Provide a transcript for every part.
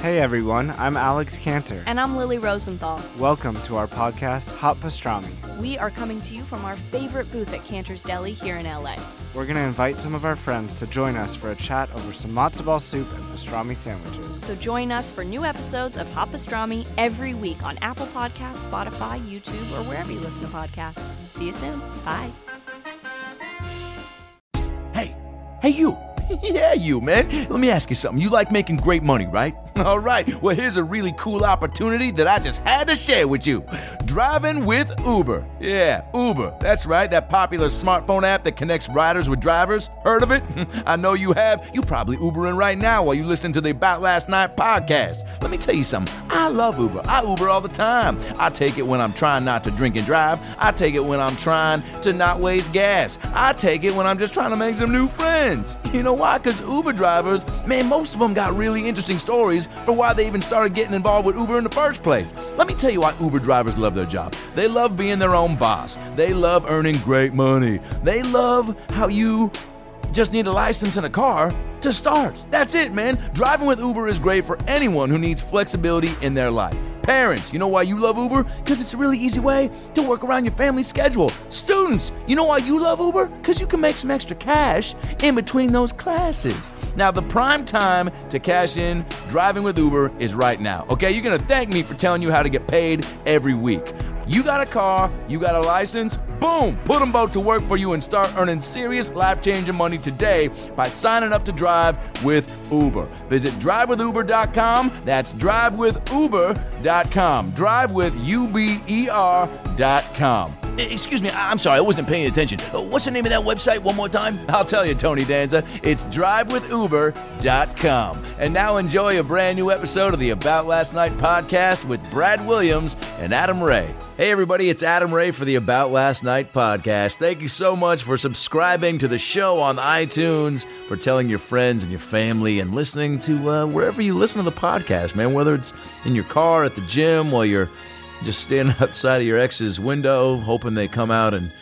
Hey everyone, I'm Alex Cantor. And I'm Lily Rosenthal. Welcome to our podcast, Hot Pastrami. We are coming to you from our favorite booth at Cantor's Deli here in LA. We're going to invite some of our friends to join us for a chat over some matzo ball soup and pastrami sandwiches. So join us for new episodes of Hot Pastrami every week on Apple Podcasts, Spotify, YouTube, or wherever you listen to podcasts. See you soon. Bye. Hey, hey, you. yeah, you, man. Let me ask you something. You like making great money, right? All right. Well, here's a really cool opportunity that I just had to share with you. Driving with Uber. Yeah, Uber. That's right. That popular smartphone app that connects riders with drivers. Heard of it? I know you have. You probably Ubering right now while you listen to the About Last Night podcast. Let me tell you something. I love Uber. I Uber all the time. I take it when I'm trying not to drink and drive. I take it when I'm trying to not waste gas. I take it when I'm just trying to make some new friends. You know why? Because Uber drivers, man, most of them got really interesting stories for why they even started getting involved with Uber in the first place. Let me tell you why Uber drivers love their job. They love being their own boss, they love earning great money, they love how you just need a license and a car to start. That's it, man. Driving with Uber is great for anyone who needs flexibility in their life. Parents, you know why you love Uber? Because it's a really easy way to work around your family schedule. Students, you know why you love Uber? Because you can make some extra cash in between those classes. Now, the prime time to cash in driving with Uber is right now. Okay, you're gonna thank me for telling you how to get paid every week. You got a car, you got a license, boom, put them both to work for you and start earning serious life changing money today by signing up to drive with Uber. Visit drivewithuber.com. That's drivewithuber.com. Drive with U B E R.com. E, Excuse me, I- I'm sorry, I wasn't paying attention. Uh, What's the name of that website one more time? I'll tell you, Tony Danza. It's drivewithuber.com. And now enjoy a brand new episode of the About Last Night podcast with Brad Williams and Adam Ray. Hey, everybody, it's Adam Ray for the About Last Night podcast. Thank you so much for subscribing to the show on iTunes, for telling your friends and your family, and listening to uh, wherever you listen to the podcast, man, whether it's in your car, at the gym, while you're just standing outside of your ex's window, hoping they come out and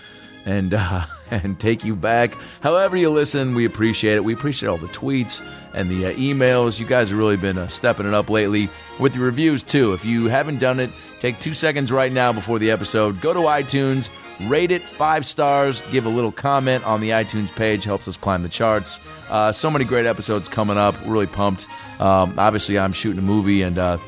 and uh, and take you back. However you listen, we appreciate it. We appreciate all the tweets and the uh, emails. You guys have really been uh, stepping it up lately with the reviews too. If you haven't done it, take two seconds right now before the episode. Go to iTunes, rate it five stars, give a little comment on the iTunes page. Helps us climb the charts. Uh, so many great episodes coming up. Really pumped. Um, obviously, I'm shooting a movie and. Uh,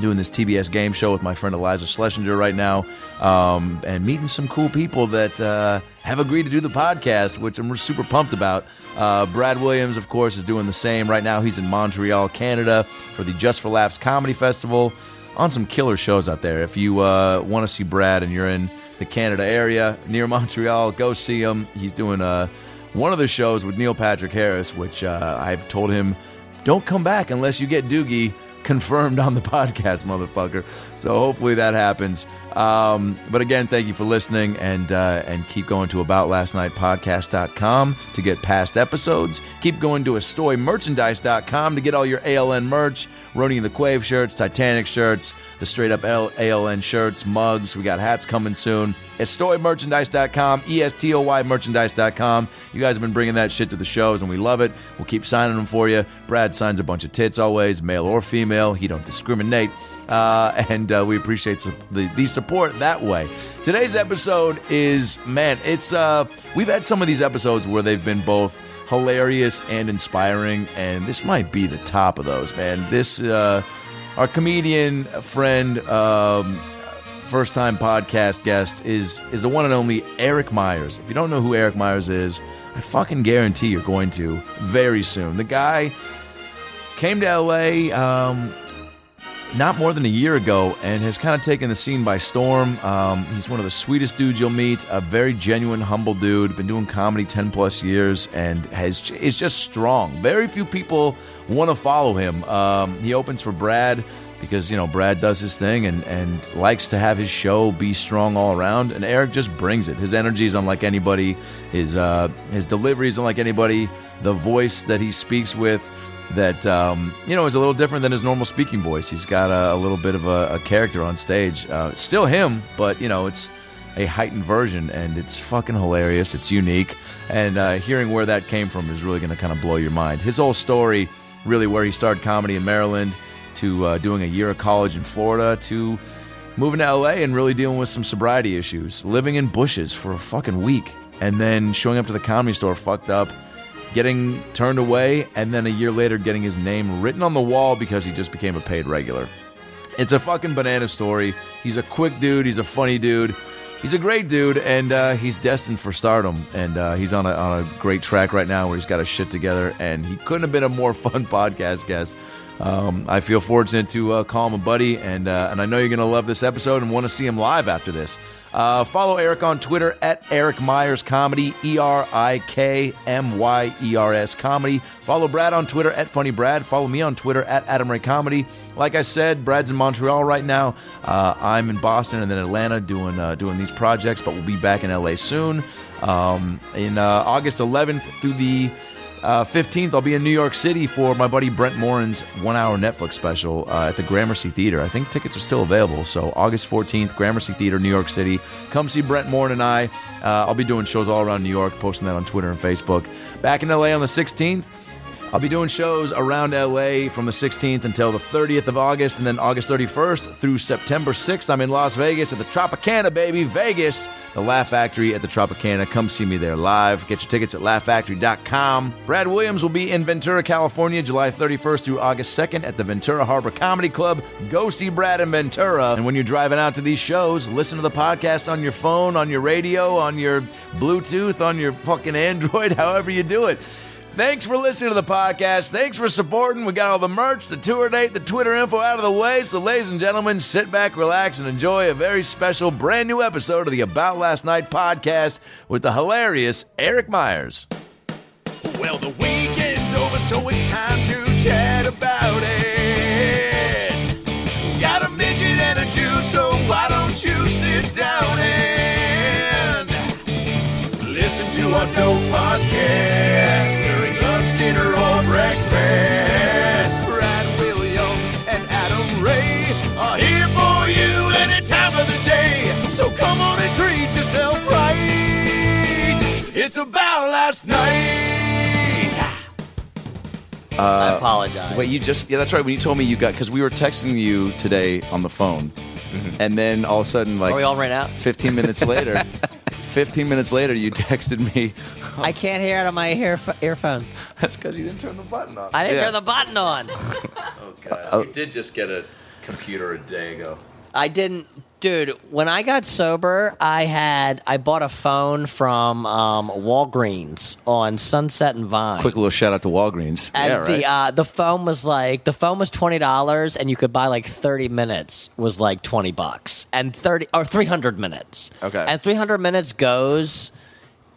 doing this TBS game show with my friend Eliza Schlesinger right now, um, and meeting some cool people that uh, have agreed to do the podcast, which I'm super pumped about. Uh, Brad Williams, of course, is doing the same right now. He's in Montreal, Canada, for the Just for Laughs Comedy Festival. On some killer shows out there. If you uh, want to see Brad and you're in the Canada area near Montreal, go see him. He's doing uh, one of the shows with Neil Patrick Harris, which uh, I've told him don't come back unless you get Doogie confirmed on the podcast, motherfucker. So hopefully that happens. Um, but again, thank you for listening and uh, and keep going to aboutlastnightpodcast.com to get past episodes. Keep going to astoymerchandise.com to get all your ALN merch, Roni and the Quave shirts, Titanic shirts, the straight up L- ALN shirts, mugs. We got hats coming soon. Estoymerchandise.com, E-S-T-O-Y merchandise.com. You guys have been bringing that shit to the shows, and we love it. We'll keep signing them for you. Brad signs a bunch of tits always, male or female. He don't discriminate, uh, and uh, we appreciate su- the, the support that way. Today's episode is, man, it's uh, we've had some of these episodes where they've been both hilarious and inspiring, and this might be the top of those, man. This uh, our comedian friend. Um, first time podcast guest is is the one and only Eric Myers. If you don't know who Eric Myers is, I fucking guarantee you're going to very soon. The guy came to LA um, not more than a year ago and has kind of taken the scene by storm. Um, he's one of the sweetest dudes you'll meet, a very genuine, humble dude, been doing comedy 10 plus years and has is just strong. Very few people want to follow him. Um, he opens for Brad because, you know, Brad does his thing and, and likes to have his show be strong all around. And Eric just brings it. His energy is unlike anybody, his, uh, his delivery is unlike anybody, the voice that he speaks with that um, you know is a little different than his normal speaking voice. He's got a, a little bit of a, a character on stage. Uh, it's still him, but you know it's a heightened version, and it's fucking hilarious. It's unique, and uh, hearing where that came from is really going to kind of blow your mind. His whole story, really, where he started comedy in Maryland to uh, doing a year of college in Florida to moving to LA and really dealing with some sobriety issues, living in bushes for a fucking week, and then showing up to the comedy store fucked up, getting turned away, and then a year later getting his name written on the wall because he just became a paid regular. It's a fucking banana story. He's a quick dude. He's a funny dude. He's a great dude, and uh, he's destined for stardom. And uh, he's on a, on a great track right now where he's got his shit together. And he couldn't have been a more fun podcast guest. Um, I feel fortunate to uh, call him a buddy, and uh, and I know you're going to love this episode and want to see him live after this. Uh, follow Eric on Twitter at Eric Myers Comedy, E R I K M Y E R S Comedy. Follow Brad on Twitter at Funny Brad. Follow me on Twitter at Adam Ray Comedy. Like I said, Brad's in Montreal right now. Uh, I'm in Boston and then Atlanta doing uh, doing these projects, but we'll be back in LA soon. Um, in uh, August 11th through the uh, 15th, I'll be in New York City for my buddy Brent Morin's one hour Netflix special uh, at the Gramercy Theater. I think tickets are still available. So, August 14th, Gramercy Theater, New York City. Come see Brent Morin and I. Uh, I'll be doing shows all around New York, posting that on Twitter and Facebook. Back in LA on the 16th, I'll be doing shows around LA from the 16th until the 30th of August, and then August 31st through September 6th. I'm in Las Vegas at the Tropicana, baby. Vegas, the Laugh Factory at the Tropicana. Come see me there live. Get your tickets at laughfactory.com. Brad Williams will be in Ventura, California, July 31st through August 2nd at the Ventura Harbor Comedy Club. Go see Brad in Ventura. And when you're driving out to these shows, listen to the podcast on your phone, on your radio, on your Bluetooth, on your fucking Android, however you do it. Thanks for listening to the podcast. Thanks for supporting. We got all the merch, the tour date, the Twitter info out of the way. So, ladies and gentlemen, sit back, relax, and enjoy a very special, brand new episode of the About Last Night podcast with the hilarious Eric Myers. Well, the weekend's over, so it's time to chat about it. Got a midget and a Jew, so why don't you sit down and Listen to our dope podcast during lunch, dinner, or breakfast. Brad Williams and Adam Ray are here for you any time of the day. So come on and treat yourself right. It's about last night. I apologize. Uh, Wait, you just yeah, that's right. When you told me you got because we were texting you today on the phone, and then Mm-hmm. all of a sudden, like Are we all ran out? 15 minutes later 15 minutes later you texted me I can't hear it on my ear- earphones. that's because you didn't turn the button on I didn't Yeah. turn the button on. okay Uh, you did just get a computer a day ago I didn't, dude. When I got sober, I had I bought a phone from um, Walgreens on Sunset and Vine. quick little shout out to walgreens And yeah right the uh, the phone was like the phone was twenty dollars, and you could buy like thirty minutes was like twenty bucks, and thirty or three hundred minutes. Okay. and three hundred minutes goes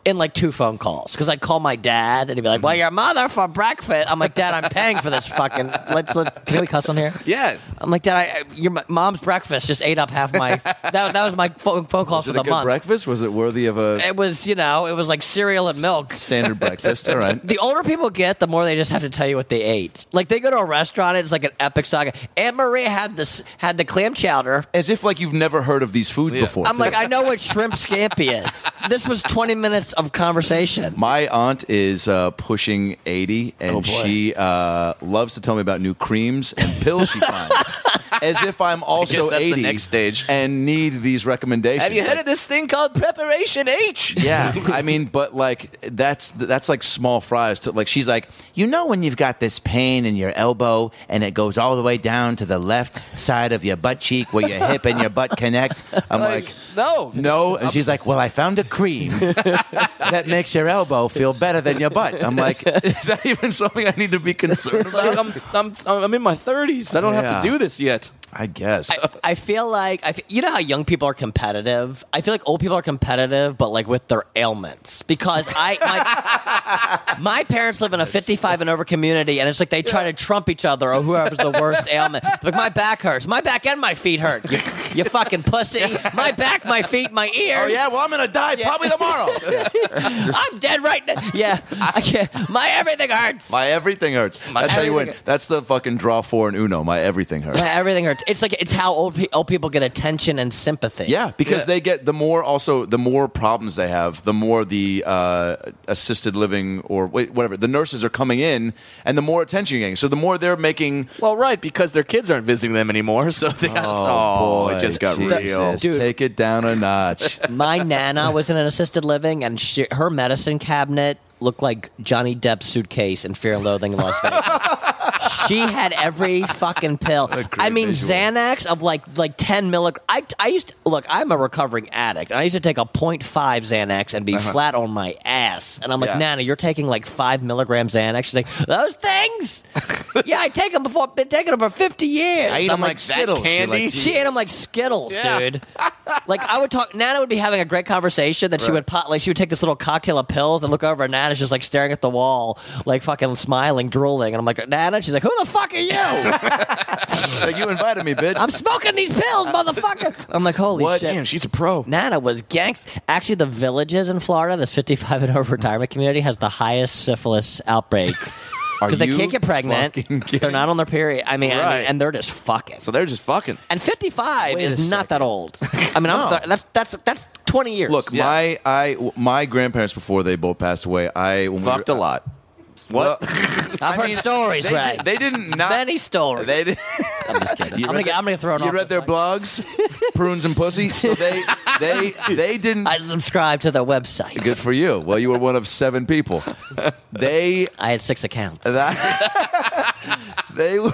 in like two phone calls because I call my dad and he'd be like, Mm-hmm. "Well, your mother for breakfast." I'm like, "Dad, I'm paying for this fucking." Let's let's can we cuss on here? Yeah. I'm like, "Dad, I, I- your m- mom's breakfast just ate up half my that that was my phone phone call was for it the a good month. breakfast was it worthy of a It was you know it was like cereal and milk. standard breakfast all right The older people get, the more they just have to tell you what they ate. Like they go to a restaurant, it's like an epic saga. Anne Marie had this had the clam chowder. as if like you've never heard of these foods Yeah. before I'm like, I know what shrimp scampi is. This was 20 minutes of conversation. My aunt is uh, pushing 80, and Oh, boy. she uh, loves to tell me about new creams and pills she finds. As if I'm also that's the 80 next stage. and need these recommendations. Have you heard Like, of this thing called Preparation H? yeah, I mean, but like that's that's like small fries. To, like she's like, you know, when you've got this pain in your elbow and it goes all the way down to the left side of your butt cheek where your hip and your butt connect. I'm like No. no. And she's like, Well, I found a cream that makes your elbow feel better than your butt. I'm like, Is that even something I need to be concerned It's about? like I'm, I'm, I'm in my 30s. I don't have to Yeah. do this yet. I guess. I feel like I fe- you know how young people are competitive. I feel like old people are competitive, but like with their ailments because I my, my parents live in a 55 and over community, and it's like they try to trump each other or whoever's the worst ailment. Like my back hurts, my back and my feet hurt. You you fucking pussy. My back, my feet, my ears. Oh yeah, well I'm gonna die probably tomorrow. I'm dead right now. Yeah, I can't. My everything hurts. My everything hurts. That's how you win. everything- That's the fucking draw four and Uno. My everything hurts. My everything hurts. It's like it's how old, pe- old people get attention and sympathy. Yeah, because Yeah. they get the more also the more problems they have, the more the uh, assisted living or wait, whatever the nurses are coming in, and the more attention you're getting. So the more they're making. Well, right, because their kids aren't visiting them anymore, so they Oh, it just got real. Jesus, Dude. Take it down a notch. My nana was in an assisted living, and she, her medicine cabinet looked like Johnny Depp's suitcase in Fear and Loathing in Las Vegas. she had every fucking pill. I mean, visual. Xanax of like like ten milligrams. I, I used to, look. I'm a recovering addict, and I used to take a 0.5 Xanax and be flat on my ass. And I'm like, Uh-huh. Yeah. Nana, you're taking like five milligrams Xanax. She's like, those things. yeah, I take them before. I've been taking them for 50 years. I eat I'm them like Skittles. You're candy? like, she ate them like Skittles, Yeah. dude. like I would talk. Nana would be having a great conversation. That she Right. would pop, like she would take this little cocktail of pills and look over, and Nana's just like staring at the wall, like fucking smiling, drooling. And I'm like, Nana. She's like, Who the fuck are you? like you invited me, bitch. I'm smoking these pills, motherfucker. I'm like, Holy What? shit. Damn, she's a pro. Nana was gangst. Actually, the villages in Florida, this 55 and over retirement community, has the highest syphilis outbreak Are because they you can't get fucking pregnant. kidding? They're not on their period. I mean, I mean, Right. and they're just fucking. So they're just fucking. And 55 Wait a is not that old. I mean, I'm sorry. That's, that's, that's 20 years. Look, Yeah. my I my grandparents before they both passed away. I when we Fucked were- a lot. Well, I've heard stories, they, right? They didn't not. Many stories. They did. I'm just kidding. I'm read gonna, the- I'm gonna throw it You off. read their the site. blogs, prunes and pussy. So they they they didn't. I subscribed to their website. Good for you. Well, you were one of seven people. They I had six accounts. they would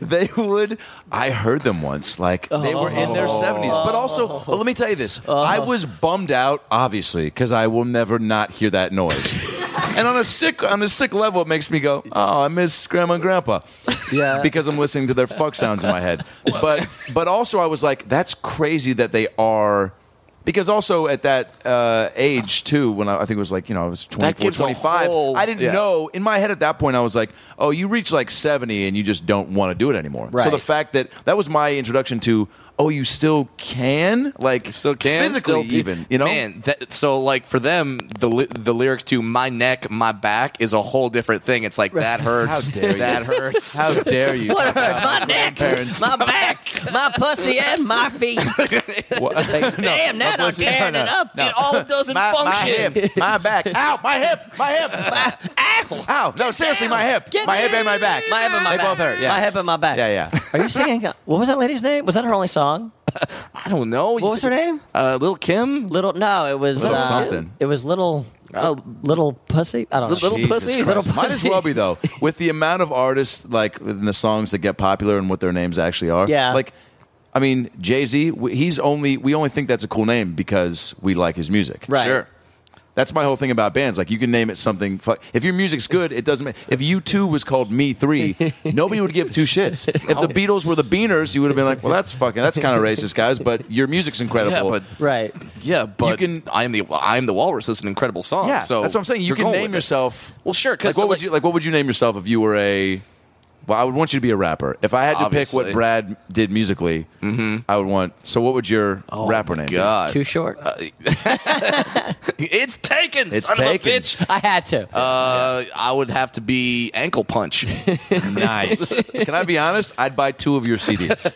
they would I heard them once like they were in their 70s but also but let me tell you this I was bummed out obviously cuz I will never not hear that noise and on a sick on a sick level it makes me go oh I miss grandma and grandpa Yeah. because I'm listening to their fuck sounds in my head but but also I was like that's crazy that they are because also at that uh, age too, when I, I think it was like you know I was 24, gives a 25, whole- I didn't yeah. know know in my head at that point i was like oh you reach like 70 and you just don't want to do it anymore so Right. the fact that that was my introduction to oh you still can like Still can physically still do- even you know Man, that, so like for them, the li- the lyrics to "My Neck, My Back" is a whole different thing. It's like that hurts, How dare you. that hurts. how dare you What hurts? My neck, Grandparents. my back, my pussy, and my feet. Damn, now I'm pussy- no, tearing no, it up. no. It all doesn't my, my function. hip, my back ow my hip my hip Ow! ow no seriously my hip Get my hip and my back My hip and my they back. both hurt yeah My hip and my back. yeah yeah Are you singing? uh, What was that lady's name? Was that her only song? I don't know. What was her name? Uh, Lil Kim. Little? No, it was Little uh, something. It was little. Oh. little pussy. I don't know. Little Jesus pussy. Christ. Little Might as pussy. well be though. With the amount of artists like in the songs that get popular and what their names actually are. Yeah. Like, I mean, Jay Z. He's only we only think that's a cool name because we like his music. Right. Sure. That's my whole thing about bands. Like, you can name it something. fu- If your music's good, it doesn't matter. If U two was called Me Three, nobody would give two shits. If the Beatles were the Beaners, you would have been like, well, that's fucking, that's kind of racist, guys. But your music's incredible. but- Right. Yeah, but You can- I am the I am the Walrus is an incredible song. yeah, so that's what I'm saying. You you're can going name with it. yourself. Well, sure. like Because what would you like? What would you name yourself if you were a? Well, I would want you to be a rapper. If I had to pick what Obviously. Brad did musically, I would want. So, what would your rapper name? be? Oh God, Too short. uh, it's taken. It's son taken. Of a bitch. I had to. Uh, I would have to be ankle punch. Nice. Can I be honest? I'd buy two of your CDs.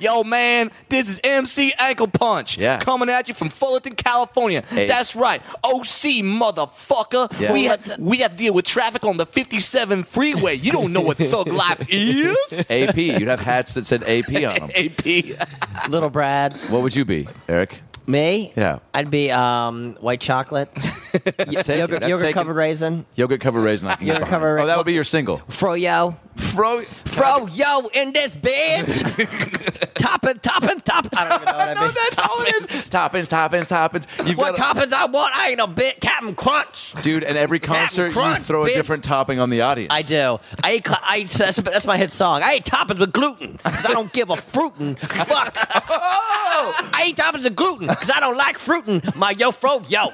Yo, man, this is MC Ankle Punch. Yeah. Coming at you from Fullerton, California. Hey. That's right. OC, motherfucker. Yeah. We, have, we have to deal with traffic on the 57 freeway. You don't know what thug life is? AP. You'd have hats that said AP on them. AP. little Brad. What would you be, Eric? Me? Yeah. I'd be um, white chocolate, That's taken. yogurt, That's yogurt taken. covered raisin, Yogurt covered raisin. I can get Yogurt behind. covered Oh, raisin. that would be your single. froyo, Fro. froyo in this bitch. topping, topping, topping. I don't even know what I mean. That's all oh, it is. Toppings, toppings, toppings. You've What got toppings I want? I ain't a bit Captain Crunch. a, dude, and every concert you crunch, throw a bitch. different topping on the audience. I do. I eat. Cl- I eat that's, that's my hit song. I eat toppings with gluten because I don't give a fruitin. Fuck. I eat toppings with gluten because I don't like fruitin. My yo fro yo.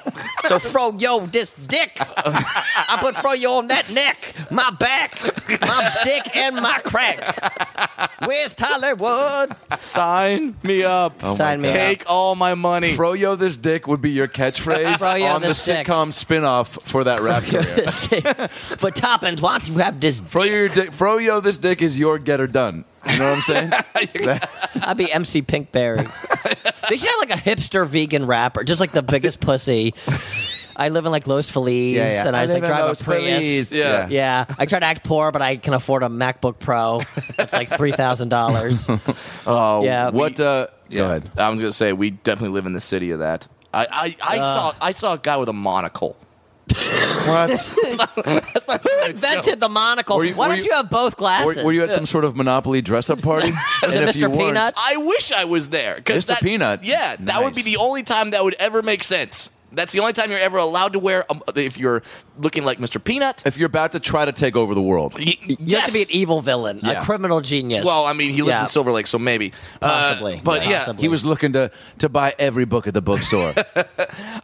So fro yo this dick. I put fro yo on that neck, my back, my dick. dick and my crack. Where's Hollywood? Sign me up. Sign me Oh Take all my money. Froyo this dick would be your catchphrase Froyo on the this dick. sitcom spin-off for that rap career. up. For toppings, why don't you have this? Froyo, your dick, Froyo this dick is your get her done. You know what I'm saying? That- I'd be MC Pinkberry. they should have like a hipster vegan rapper, just like the biggest pussy. I live in like Los Feliz, and I, was like live in drive Los a Prius. Feliz. Yeah. Yeah, I try to act poor, but I can afford a MacBook Pro. It's like three thousand dollars. Oh, Yeah. What? Uh, Go ahead. I was gonna say we definitely live in the city of that. I I, I saw I saw a guy with a monocle. What? Who invented the monocle? Were you- Why were don't you, you- have both glasses? Were, were you at some sort of Monopoly dress-up party? Was it And if you Mr. weren't- Peanut? I wish I was there. 'cause Mr. that- Peanut. Yeah, that would be Nice. the only time that would ever make sense. That's the only time you're ever allowed to wear um, if you're looking like Mr. Peanut. If you're about to try to take over the world, y- You have to be yes. an evil villain, Yeah. a criminal genius. Well, I mean, he lived Yeah. in Silver Lake, so maybe Uh, Possibly. but Yeah, yeah, possibly. he was looking to to buy every book at the bookstore.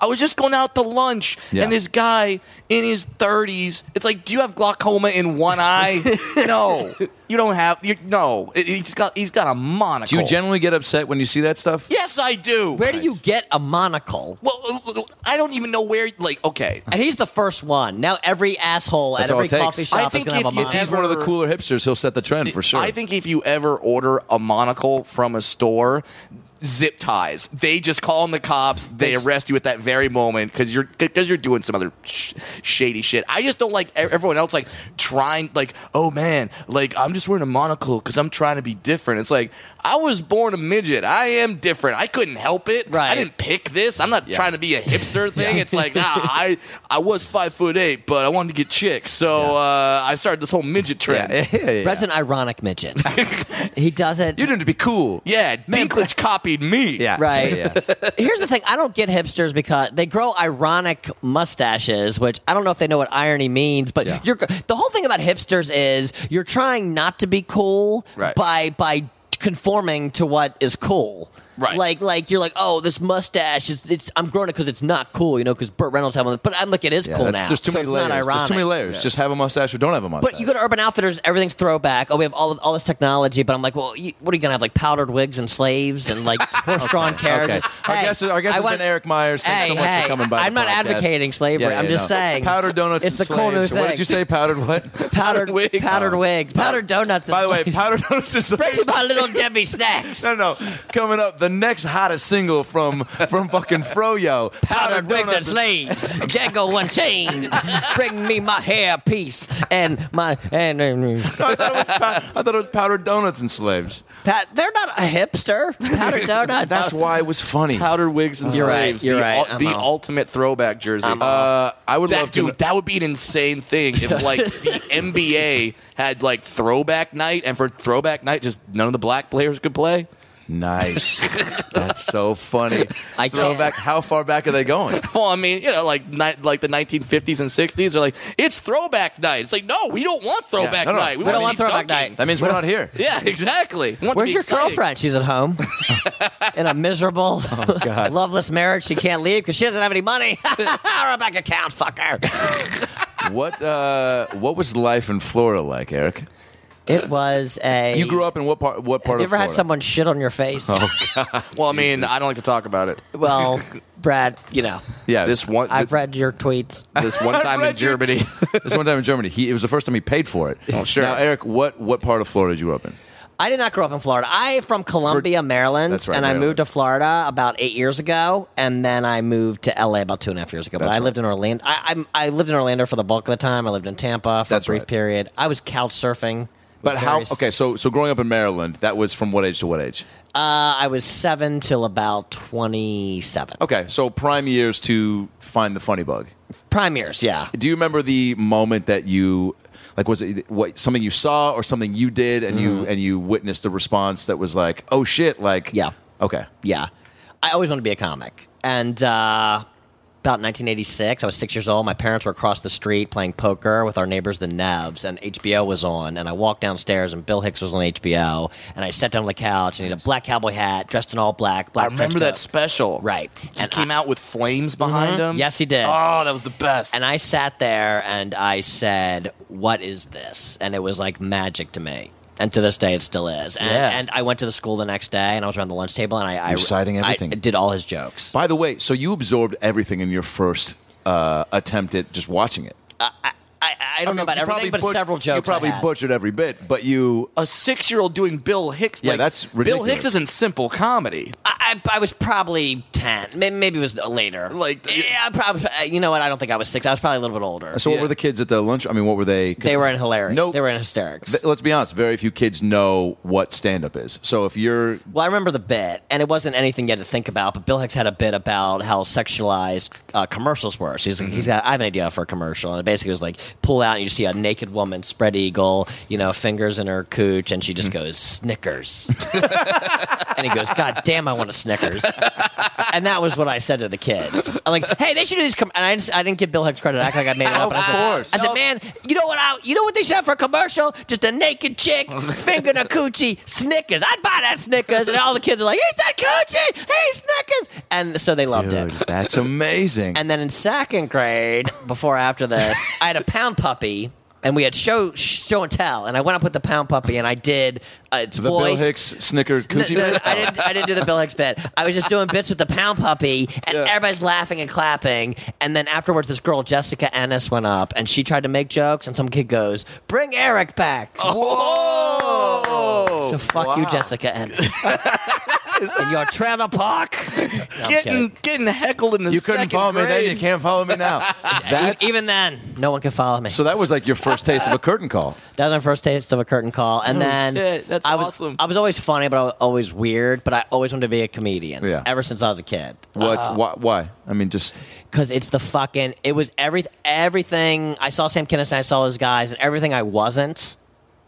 I was just going out to lunch, Yeah. and this guy in his 30s. It's like, do you have glaucoma in one eye? no, you don't have. You're, no, It- he's got he's got a monocle. Do you generally get upset when you see that stuff? yes, I do. where do you get a monocle? Well, uh, uh, I don't even know where. Like, okay, And he's the first one. Now every asshole That's at all every it takes. coffee I shop is think gonna have a if you- If monocle. he's one of the Ever- cooler hipsters, he'll set the trend for sure. I think if you ever order a monocle from a store, zip ties. They just call in the cops. They arrest you at that very moment because you're because you're doing some other sh- shady shit. I just don't like e- everyone else like trying like oh man like I'm just wearing a monocle because I'm trying to be different. It's like I was born a midget. I am different. I couldn't help it. I Right. didn't pick this. I'm not trying to be a hipster thing. It's like nah, I I was five foot eight, but I wanted to get chicks, so uh, I started this whole midget trend. yeah, yeah, yeah. Brett's an ironic midget. he does it. you need to be cool. Yeah, Dinklage copied me. Yeah. Right. Yeah, yeah. Here's the thing: I don't get hipsters because they grow ironic mustaches, which I don't know if they know what irony means. But Yeah. you're the whole thing about hipsters is you're trying not to be cool Right. by by conforming to what is cool. Right. Like like you're like oh this mustache is it's I'm growing it because it's not cool you know because Burt Reynolds had one but I'm like it is Yeah, cool that's- now There's too so many it's layers. not ironic. There's too many layers. Just have a mustache or don't have a mustache. But you go to Urban Outfitters, everything's throwback. Oh, we have all of, all this technology, but I'm like, well, you, what are you gonna have like powdered wigs and slaves and like horse-drawn Okay. carriages? Our Hey, guest, our guest I has want- been Eric Myers. Thanks hey, so much hey, for coming by. I'm the not podcast. advocating slavery. Yeah, yeah, I'm just no. saying Powdered donuts It's and the cool new slaves. What thing. did you say? Powdered what? powdered wigs. powdered wigs, powdered donuts. And By the way, slaves. powdered donuts and slaves. bring me my little Debbie snacks. No, no, no. Coming up, the next hottest single from from fucking Froyo. Powdered wigs and donuts slaves, Django Unchained. Bring me my hair piece and my and, uh, and No, I, thought it was pow- I thought it was powdered donuts and slaves. Pat. They're not a hipster. Powdered donuts. That's why it was funny. Powdered wigs and You're right, slaves. you're the right, ul- I'm the out. ultimate throwback jersey. Uh, I would love that to. dude, that would be an insane thing if like the NBA had like throwback night, and for throwback night, just none of the black players could play. Nice. That's so funny. I Throwback. How far back are they going? Well, I mean, you know, like ni- like the 1950s and 60s are like it's throwback night. It's like no, we don't want throwback no, no. night. We, We want don't want to see throwback dunking. night. That means we're not here. Yeah, exactly. We want to Where's be your exciting. girlfriend? She's at home in a miserable, Oh, loveless marriage. She can't leave because she doesn't have any money. Her bank account, fucker. What uh, What was life in Florida like, Eric? It was a. You grew up in what part? What part Have you of ever Florida? Oh. had someone shit on your face? Well, I mean, I don't like to talk about it. Well, Brad, you know, Yeah, This one, I've read your tweets. this one time in read your Germany. this one time in Germany. He, it was the first time he paid for it. Oh, sure. Now, Eric, what what part of Florida did you grow up in? I did not grow up in Florida. I am from Columbia, Maryland, That's right, and I Maryland. moved to Florida about eight years ago, and then I moved to LA about two and a half years ago. But That's I right. lived in Orlando. I, I'm, I lived in Orlando for the bulk of the time. I lived in Tampa for That's a brief right. period. I was couch surfing. with But how? various- Okay, so so growing up in Maryland, that was from what age to what age? Uh, I was seven till about twenty-seven. Oh, Okay, so prime years to find the funny bug. Prime years, yeah. Do you remember the moment that you like was it what something you saw or something you did and you and you witnessed the response that was like, "Oh shit," like Yeah. Okay. Yeah. I always wanted to be a comic. And uh, about 1986. I was six years old. My parents were across the street playing poker with our neighbors, the Nebs, and HBO was on. And I walked downstairs, and Bill Hicks was on HBO. And I sat down on the couch, and he had a black cowboy hat, dressed in all black. black I remember trench that coat. special. Right. He came out with flames behind him. Yes, he did. Oh, that was the best. And I sat there and I said, "What is this?" And it was like magic to me. And to this day, it still is. And, Yeah. and I went to the school the next day, and I was around the lunch table, and I, I Reciting everything. I did all his jokes. By the way, so you absorbed everything in your first uh, attempt at just watching it. I, I don't know about you probably everything, but butch- several jokes. You probably I had. butchered every bit, but you. a six-year-old doing Bill Hicks. Yeah, like, that's Bill ridiculous. Hicks isn't simple comedy. I, I I was probably ten. May- Maybe it was later. Like- yeah, I probably. uh, You know what? I don't think I was six. I was probably a little bit older. So what Yeah. were the kids at the lunch? I mean, what were they? 'cause they were in hilarious. No- they were in hysterics. th- let's be honest. Very few kids know what stand-up is. So if you're Well, I remember the bit, and it wasn't anything you had to think about. But Bill Hicks had a bit about how sexualized uh, commercials were. So he's like, he's got, I have an idea for a commercial, and it basically was like, pull out, and you see a naked woman, spread eagle, you know, fingers in her cooch, and she just goes Snickers, and he goes, God damn, I want a Snickers, and that was what I said to the kids. I'm like, Hey, they should do these. Com-. And I, just, I didn't give Bill Hicks credit. Act like I made it up. Of course. I said, man, you know what? I, you know what they should have for a commercial? Just a naked chick, Oh, finger in a coochie, Snickers. I'd buy that Snickers, and all the kids are like, "He's that coochie, hey Snickers," and so they loved Dude, it. that's amazing. And then in second grade, before after this, I had a pound puppy. And we had show show and tell, and I went up with the pound puppy, and I did uh, its the Bill voice. Hicks snicker No, coochie. no, bit? I didn't. I didn't do the Bill Hicks bit. I was just doing bits with the pound puppy, and Yeah. everybody's laughing and clapping. And then afterwards, this girl Jessica Ennis went up, and she tried to make jokes, and some kid goes, "Bring Eric back." Whoa! Oh! so fuck you, Oh, wow. Jessica Ennis. In your trailer park. No, I'm Getting kidding. getting heckled in the You couldn't second follow me then. grade. You can't follow me now. That's, even then, no one could follow me. so that was like your first taste of a curtain call. That was my first taste of a curtain call, and then shit, that's I was awesome. I was always funny, but I was always weird. But I always wanted to be a comedian. Yeah. ever since I was a kid. What? Uh, why, why? I mean, just because it's the fucking it was every everything I saw Sam Kinison, I saw those guys, and everything I wasn't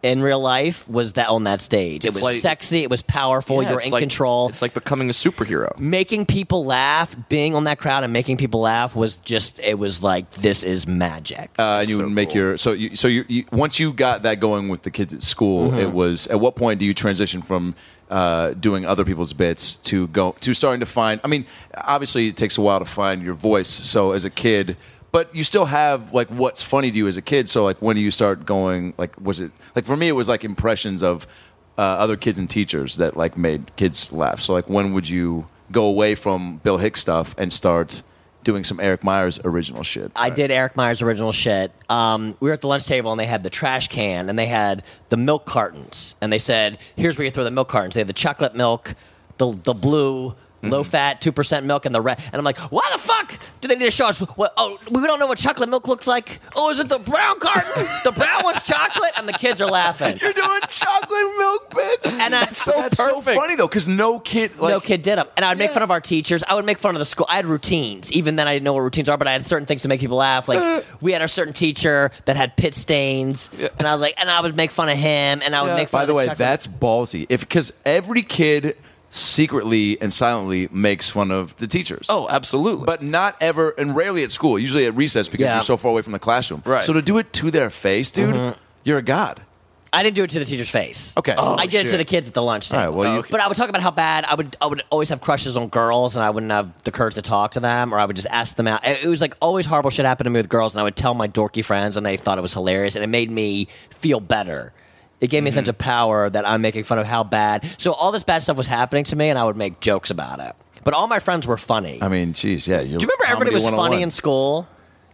in real life was that on that stage. It's it was like- sexy, it was powerful, Yeah, you were it's in like- control. It's like becoming a superhero. making people laugh, being on that crowd and making people laugh was just it was like this is magic. uh, and you so would make cool. your so you so you, you once you got that going with the kids at school, Mm-hmm. it was at what point do you transition from uh, doing other people's bits to go to starting to find? I mean, obviously it takes a while to find your voice. So as a kid. But you still have like what's funny to you as a kid. So like, when do you start going? Like, was it like for me? It was like impressions of uh, other kids and teachers that like made kids laugh. So like, when would you go away from Bill Hicks stuff and start doing some Eric Myers original shit? I did Eric Meyer's original shit. Um, we were at the lunch table and they had the trash can and they had the milk cartons and they said, "Here's where you throw the milk cartons." They had the chocolate milk, the the blue. Low fat, two percent milk, and the red. And I'm like, why the fuck do they need to show us? What, oh, we don't know what chocolate milk looks like. Oh, is it the brown carton? the brown one's chocolate, and the kids are laughing. You're doing chocolate milk bits. And I- that's so That's so perfect. funny though, because no kid, like, no kid did them. And I would make fun of our teachers. I would make fun of the school. I had routines. Even then, I didn't know what routines are, but I had certain things to make people laugh. Like we had a certain teacher that had pit stains, and I was like, and I would make fun of him, and I would make fun. By of the way, chocolate- that's ballsy. If because every kid secretly and silently makes fun of the teachers. Oh, absolutely. But not ever, and rarely at school. Usually at recess because Yeah. you're so far away from the classroom. Right. So to do it to their face, dude, you're a god. I didn't do it to the teacher's face. Okay. Oh, I did it shit. to the kids at the lunch table. All right, well, you- Okay. But I would talk about how bad I would. I would always have crushes on girls, and I wouldn't have the courage to talk to them, or I would just ask them out. It it was like always horrible shit happened to me with girls, and I would tell my dorky friends, and they thought it was hilarious, and it made me feel better. It gave Mm-hmm. me a sense of power that I'm making fun of how bad. So all this bad stuff was happening to me, and I would make jokes about it. But all my friends were funny. I mean, geez, yeah. You're Do you remember comedy everybody was funny 101. in school?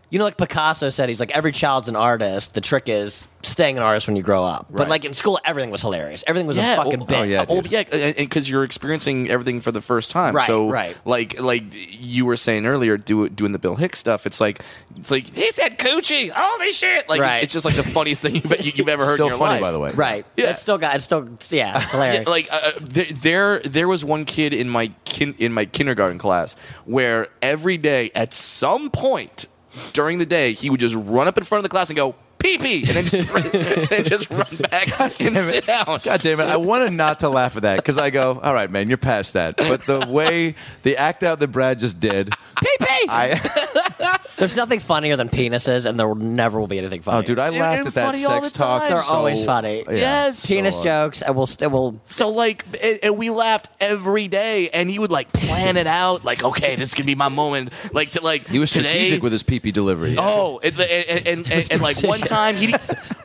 You know, like Picasso said, he's like every child's an artist. The trick is staying an artist when you grow up. But Right. like in school, everything was hilarious. Everything was a fucking well, bit. oh, yeah. well, dude. yeah, and because you're experiencing everything for the first time. Right, so, right. Like, like you were saying earlier, do, doing the Bill Hicks stuff. It's like, it's like he said, "Coochie, holy shit!" Like, Right. it's just like the funniest thing you've, you've ever heard. oh Still in your funny, life. by the way. Oh, Right. Yeah. It's still got. It's still. Yeah. It's Yeah, hilarious. like uh, uh, there, there, there was one kid in my kin- in my kindergarten class where every day at some point during the day he would just run up in front of the class and go pee pee, and then just, run- and just run back and sit down. God damn it! I wanted not to laugh at that because I go, all right, man, you're past that. But the way the act out that Brad just did, pee creepy. I, There's nothing funnier than penises, and there will- never will be anything funny. Oh, dude, I laughed they're at that funny all sex the talk. time. they're so- always funny. yeah, Yes. penis so, uh, jokes, and we'll still will. so like, and, and we laughed every day, and he would like plan it out, like, okay, this can be my moment, like to like He was today. strategic with his pee pee delivery. Oh, and, and, and, and, and like one time he,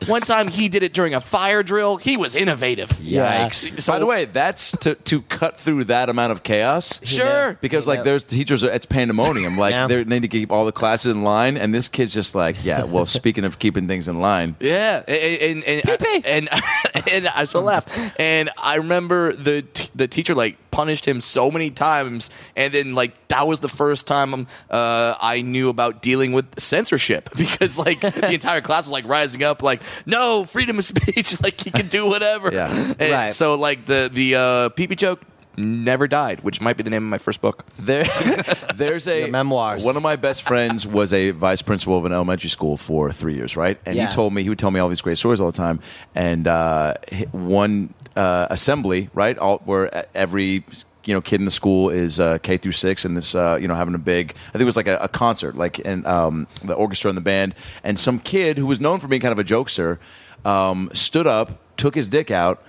one time he did it during a fire drill. He was innovative. Yeah. Yikes! So- By the way, that's to, to cut through that amount of chaos. Sure. Because like there's teachers, it's pandemonium. Like Yeah. they need to keep all the classes in line, and this kid's just like, yeah. Well, speaking of keeping things in line, Yeah, and and and and, and I still laugh. And I remember the t- the teacher like punished him so many times, and then like that was the first time um, uh, I knew about dealing with censorship because like the entire class was like rising up, like no freedom of speech, like you can do whatever. Yeah. And Right. So like the the uh, peepee joke never died, which might be the name of my first book. There, there's a Your memoirs. One of my best friends was a vice principal of an elementary school for three years, right? And Yeah. he told me he would tell me all these great stories all the time. And uh, hi- one uh, assembly, right, all, where e, every you know kid in the school is uh, K through six, and this uh, you know having a big, I think it was like a, a concert, like and um, the orchestra and the band, and some kid who was known for being kind of a jokester um, stood up, took his dick out.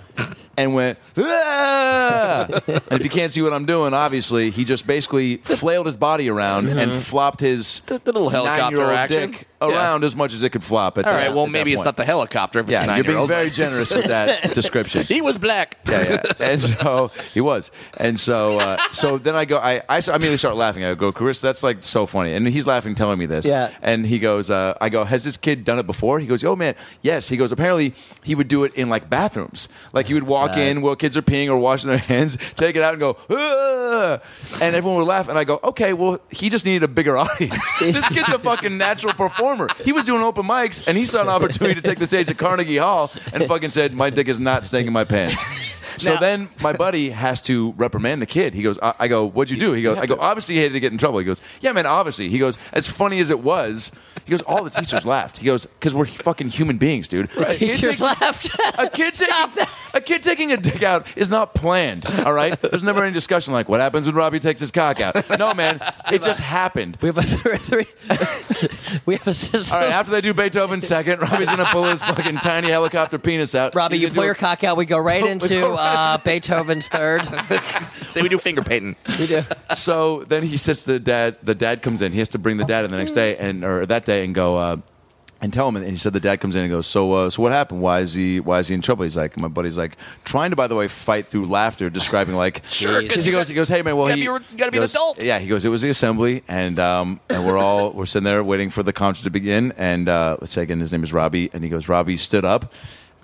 And went, "Ah!" and if you can't see what I'm doing, obviously, he just basically flailed his body around and flopped his The- the little helicopter nine-year-old action. dick Yeah. around as much as it could flop. At All that, right, well at that maybe it's point. not the helicopter. If it's Yeah, you're nine year being old. very generous with that description. He was black. Yeah, yeah. And so he was. And so uh, so then I go, I, I, s- I immediately start laughing. I go, Carissa, that's like so funny. And he's laughing, telling me this. Yeah. And he goes, uh, I go, has this kid done it before? He goes, oh man, yes. He goes, apparently he would do it in like bathrooms. Like he would walk in while kids are peeing or washing their hands, take it out and go, Ugh! and everyone would laugh. And I go, okay, well, he just needed a bigger audience. this kid's a fucking natural performer. He was doing open mics and he saw an opportunity to take the stage at Carnegie Hall and fucking said, my dick is not staying in my pants. So Now- then my buddy has to reprimand the kid. He goes, I, I go, what'd you do? He goes, I go, obviously he hated to get in trouble. He goes, yeah, man, obviously. He goes, as funny as it was, he goes, all the teachers laughed. He goes, because we're fucking human beings, dude. A kid Teachers takes- left. A kid, taking, a kid taking a dick out is not planned, all right? There's never any discussion like, what happens when Robbie takes his cock out? No, man, it just happened. we have a three. three we have a system. All right, after they do Beethoven second, Robbie's going to pull his fucking tiny helicopter penis out. Robbie, He's you gonna pull do your a- cock out. We go right into uh, Beethoven's third. They would do finger painting. We do. So then he sits the dad. The dad comes in. He has to bring the dad in the next day and or that day and go uh, and tell him. And he said the dad comes in and goes, "So uh, so what happened? Why is he why is he in trouble?" He's like, my buddy's like trying to, by the way, fight through laughter, describing like Sure, 'cause he goes he goes, "Hey man, well you gotta he be a- you gotta be an goes- adult." Yeah, he goes, "It was the assembly and um and we're all we're sitting there waiting for the concert to begin and uh, let's say again his name is Robbie and he goes Robbie stood up."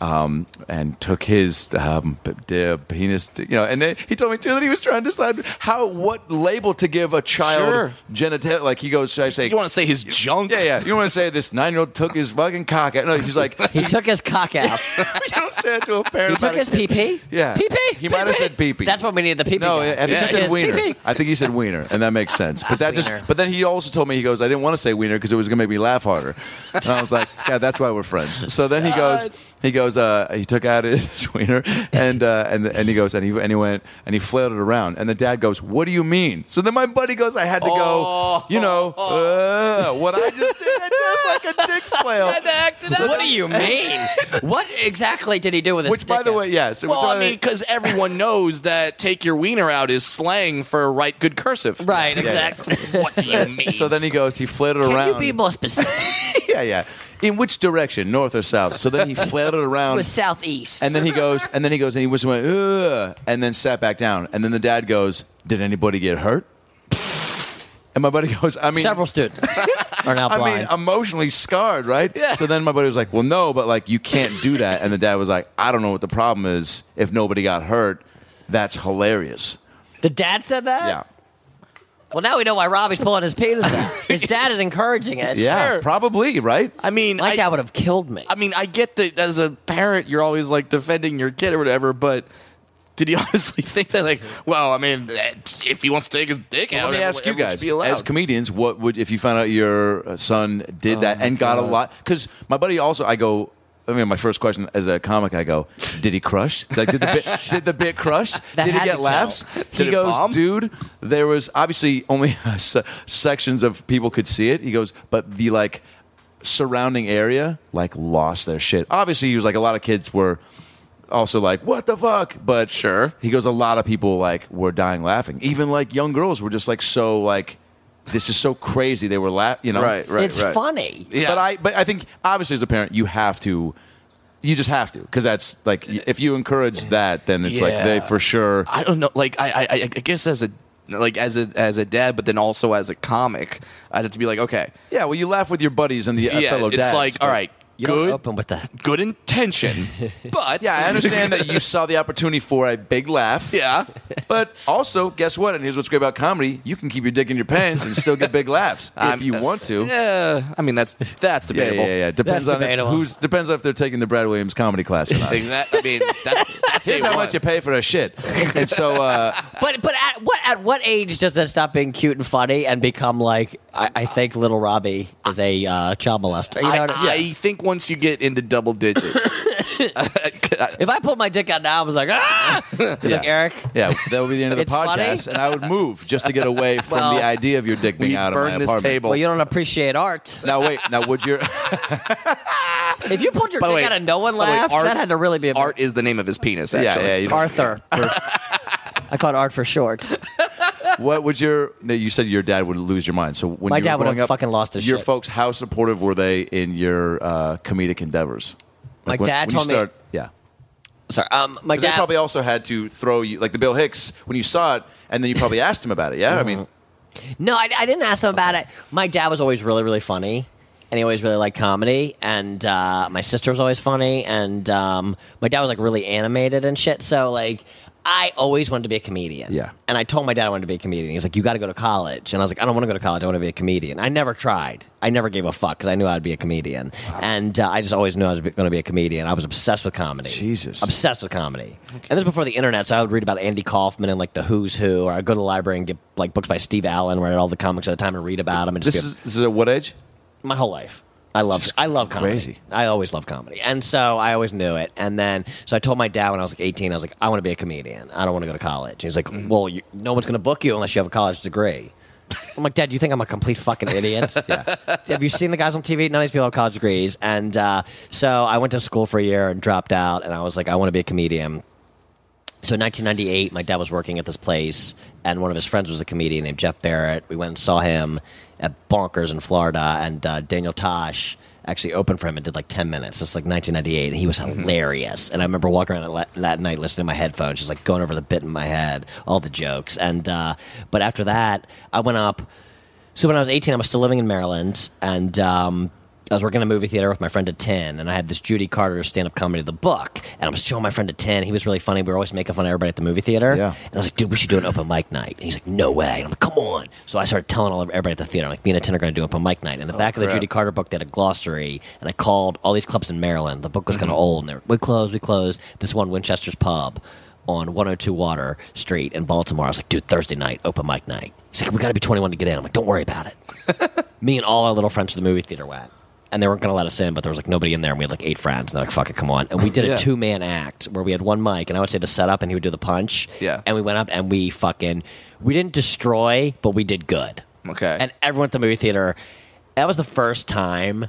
um, and took his um, p- d- penis, you know. And then he told me too that he was trying to decide how what label to give a child Sure. genital. Like he goes, should I say? You want to say his junk? yeah, yeah. You want to say this nine-year-old took his fucking cock out? No, he's like, He took his cock out. you don't say that to a parent. He about took a his kid. pee pee. Yeah. Pee pee. He might have said pee-pee. That's what we need. The pee pee. No, I guy. think he Yeah. said Yes, wiener. pee-pee. I think he said wiener, and that makes sense. But that just. Wiener. But then he also told me he goes, I didn't want to say wiener because it was gonna make me laugh harder. And I was like, yeah, that's why we're friends. So then he goes, he goes, uh, he took out his wiener, and uh, and and he goes, and he and he went and he flailed it around, and the dad goes, what do you mean? So then my buddy goes, I had to Oh. go, you know, uh, what I just did, that's like a dick flail. What do you mean? what exactly did he do with his Which, by dick the out? way, yeah. So Well, which by I the mean, way- because everyone knows that "take your wiener out" is slang for "write good cursive." Right. Exactly. What do you mean? so then he goes, he flailed it Can around. you be more specific? yeah, yeah. In which direction, north or south? So then he flailed it It around. was southeast. Um, And then he goes, and then he goes, and he just went, Ugh, and then sat back down. And then the dad goes, "Did anybody get hurt?" And my buddy goes, "I mean, Several students are now I blind. mean, um, emotionally scarred, right?" Yeah. So then my buddy was like, "Well, no, but like you can't do that." And the dad was like, "I don't know what the problem is. If nobody got hurt, that's hilarious." the dad said that. Yeah. Well, now we know why Robbie's pulling his penis out. His dad is encouraging it. Yeah, Sure. probably right. I mean, My I, dad would have killed me. I mean, I get that as a parent, you're always like defending your kid or whatever, but. Did he honestly think that? Like, well, I mean, eh, if he wants to take his dick out, Let me everyone- ask you everyone should guys, be allowed. as comedians, what uh, Oh would if you found out your son did that and got a lot? Because my buddy also, I go, I mean, my first question as a comic, I go, "Did he crush? Like, did the bit, did the bit crush? did That he had to get kill. laughs?" Did he it goes, bomb? "Dude, there was obviously only se- sections of people could see it." He goes, "But the like surrounding area like lost their shit." Obviously, he was like a lot of kids were also like, "What the fuck?" But Sure. he goes, a lot of people like were dying laughing. Even like young girls were just like so like. This is so crazy. They were laughing, you know. Right, right, it's right. funny. Yeah. But I but I think obviously as a parent you have to you just have to because that's like y- if you encourage that then it's like Yeah. they for sure I don't know. Like I, I, I I guess as a like as a as a dad, but then also as a comic, I'd have to be like, okay, yeah well you laugh with your buddies and the uh, yeah, fellow it's dads like but- all right, You don't good open with that. good intention, but yeah I understand that you saw the opportunity for a big laugh yeah, but also guess what and here's what's great about comedy you can keep your dick in your pants and still get big laughs if I'm- you want to yeah. I mean that's that's yeah yeah debatable. yeah, yeah. depends That's on if, debatable. who's depends on if they're taking the Brad Williams comedy class or not. Exact- I mean that's, that's Here's day how one. much you pay for a shit, and so uh, But but at what at what age does that stop being cute and funny and become like I, I think little Robbie is a uh, child molester? You know I, what I- yeah. I think once you get into double digits, if I pulled my dick out now, I was like, ah, You'd be like Eric. Yeah, that would be the end of the It's podcast, funny. and I would move just to get away from Well, the idea of your dick we being out of my burn this apartment. table. Well, you don't appreciate art. Now wait, now would your If you pulled your By the dick way- out and no one by the way, laughs, art- that had to really be a Art is the name of his penis. Actually. yeah yeah you know, Arthur. I call it art for short. what would your no you said your dad would lose your mind so when My you were dad would have growing up, fucking lost his your shit. folks how supportive were they in your uh, comedic endeavors My when- dad when you told me- start- yeah Sorry, um, my 'Cause they dad. probably also had to throw you like the Bill Hicks when you saw it and then you probably asked him about it yeah I Mm-hmm. mean No, I, I didn't ask them about it. My dad was always really, really funny, and he always really liked comedy. And uh, my sister was always funny, and um, my dad was like really animated and shit. So like, I always wanted to be a comedian. Yeah. And I told my dad I wanted to be a comedian. He's like, "You got to go to college." And I was like, "I don't want to go to college. I want to be a comedian." I never tried. I never gave a fuck because I knew I'd be a comedian, and uh, I just always knew I was going to be a comedian. I was obsessed with comedy. Jesus. Obsessed with comedy. And this was before the internet, so I would read about Andy Kaufman and like the who's who, or I'd go to the library and get like books by Steve Allen, where I had all the comics at the time and read about them. And just this be- is this is at what age my whole life. I love I love comedy. crazy. I always love comedy, and so I always knew it. And then, so I told my dad when I was like 18, I was like, I want to be a comedian. I don't want to go to college. He's Mm-hmm. like, Well, you, no one's going to book you unless you have a college degree. I'm like, Dad, you think I'm a complete fucking idiot? yeah. Have you seen the guys on TV? None of these people have college degrees. And uh, so I went to school for a year and dropped out, and I was like, I want to be a comedian. So in 1998, my dad was working at this place, and one of his friends was a comedian named Jeff Barrett. We went and saw him at Bonkers in Florida, and uh, Daniel Tosh actually opened for him and did like 10 minutes. It's like 1998, and he was hilarious. And I remember walking around that- that night listening to my headphones, just like going over the bit in my head, all the jokes. And uh, but after that, I went up. So when I was 18, I was still living in Maryland, and um, I was working in a movie theater with my friend at 10, and I had this Judy Carter stand-up comedy, The Book, and I was showing my friend at 10. He was really funny. We were always making fun of everybody at the movie theater. Yeah. And I was like, dude, we should do an open mic night. And he's like, no way. And I'm like, come on. So I started telling all everybody at the theater, like, me and a 10 are going to do an open mic night. And in the back of the crap. Judy Carter book, they had a glossary, and I called all these clubs in Maryland. The book was kind of old, and they were, we closed, we closed. This one, Winchester's Pub on 102 Water Street in Baltimore. I was like, dude, Thursday night, open mic night. He's like, we got to be 21 to get in. I'm like, don't worry about it me and all our little friends to the movie theater went. And they weren't going to let us in, but there was like nobody in there, and we had like eight friends. And they're like, fuck it, come on. And we did a Yeah. two man act where we had one mic, and I would say the setup, and he would do the punch. Yeah. And we went up and we fucking, we didn't destroy, but we did good. Okay. And everyone at the movie theater, that was the first time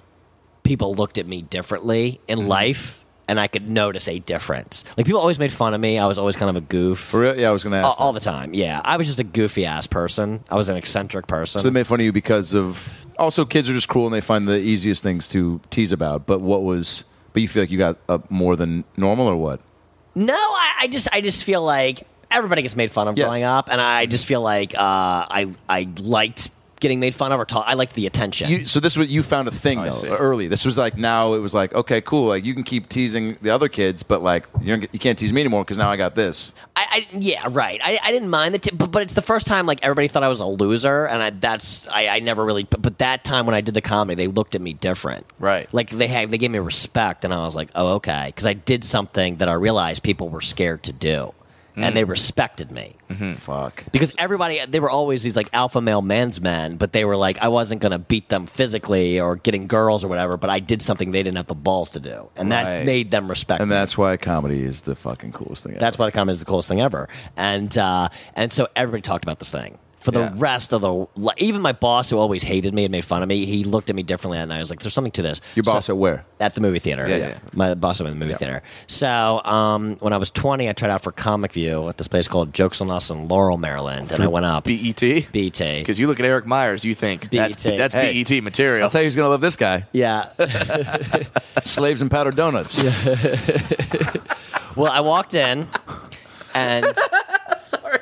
people looked at me differently in life, and I could notice a difference. Like people always made fun of me. I was always kind of a goof. for real yeah I was gonna ask All, all that. the time, yeah. I was just a goofy ass person. I was an eccentric person. so they made fun of you because of also kids are just cruel and they find the easiest things to tease about but what was but you feel like you got uh, more than normal or what No, I, I just I just feel like everybody gets made fun of Yes. growing up, and I just feel like uh, I I liked getting made fun of or taught. I liked the attention. You, so this was you found a thing though see. early. This was like now it was like okay cool like you can keep teasing the other kids but like you're, you can't tease me anymore because now I got this. I, I yeah right. I, I didn't mind the tip, but, but it's the first time like everybody thought I was a loser, and I that's I, I never really. But, but that time when I did the comedy, they looked at me different. Right. Like they had they gave me respect, and I was like, oh okay, because I did something that I realized people were scared to do. Mm. and they respected me Mm-hmm. Hmm. Fuck. because everybody they were always these like alpha male men's men, but they were like I wasn't gonna beat them physically or getting girls or whatever, but I did something they didn't have the balls to do, and that Right. made them respect. And me. that's why comedy is the fucking coolest thing. That's why the comment is the coolest thing ever. And uh, and so everybody talked about this thing for the Yeah. rest of the li- even my boss who always hated me and made fun of me. He looked at me differently that night. I was like, "There's something to this." Your So- boss at where? At the movie theater. Yeah, yeah. My boss at the movie theater. So um, when I was 20, I tried out for Comic View at this place called Jokes on Us in Laurel, Maryland, and I went up. BET. E BT. E Because you look at Eric Myers, you think that's BET. that's Hey. BET material. I'll tell you who's gonna love this guy: Yeah. slaves and powdered donuts. Well, I walked in and. Sorry.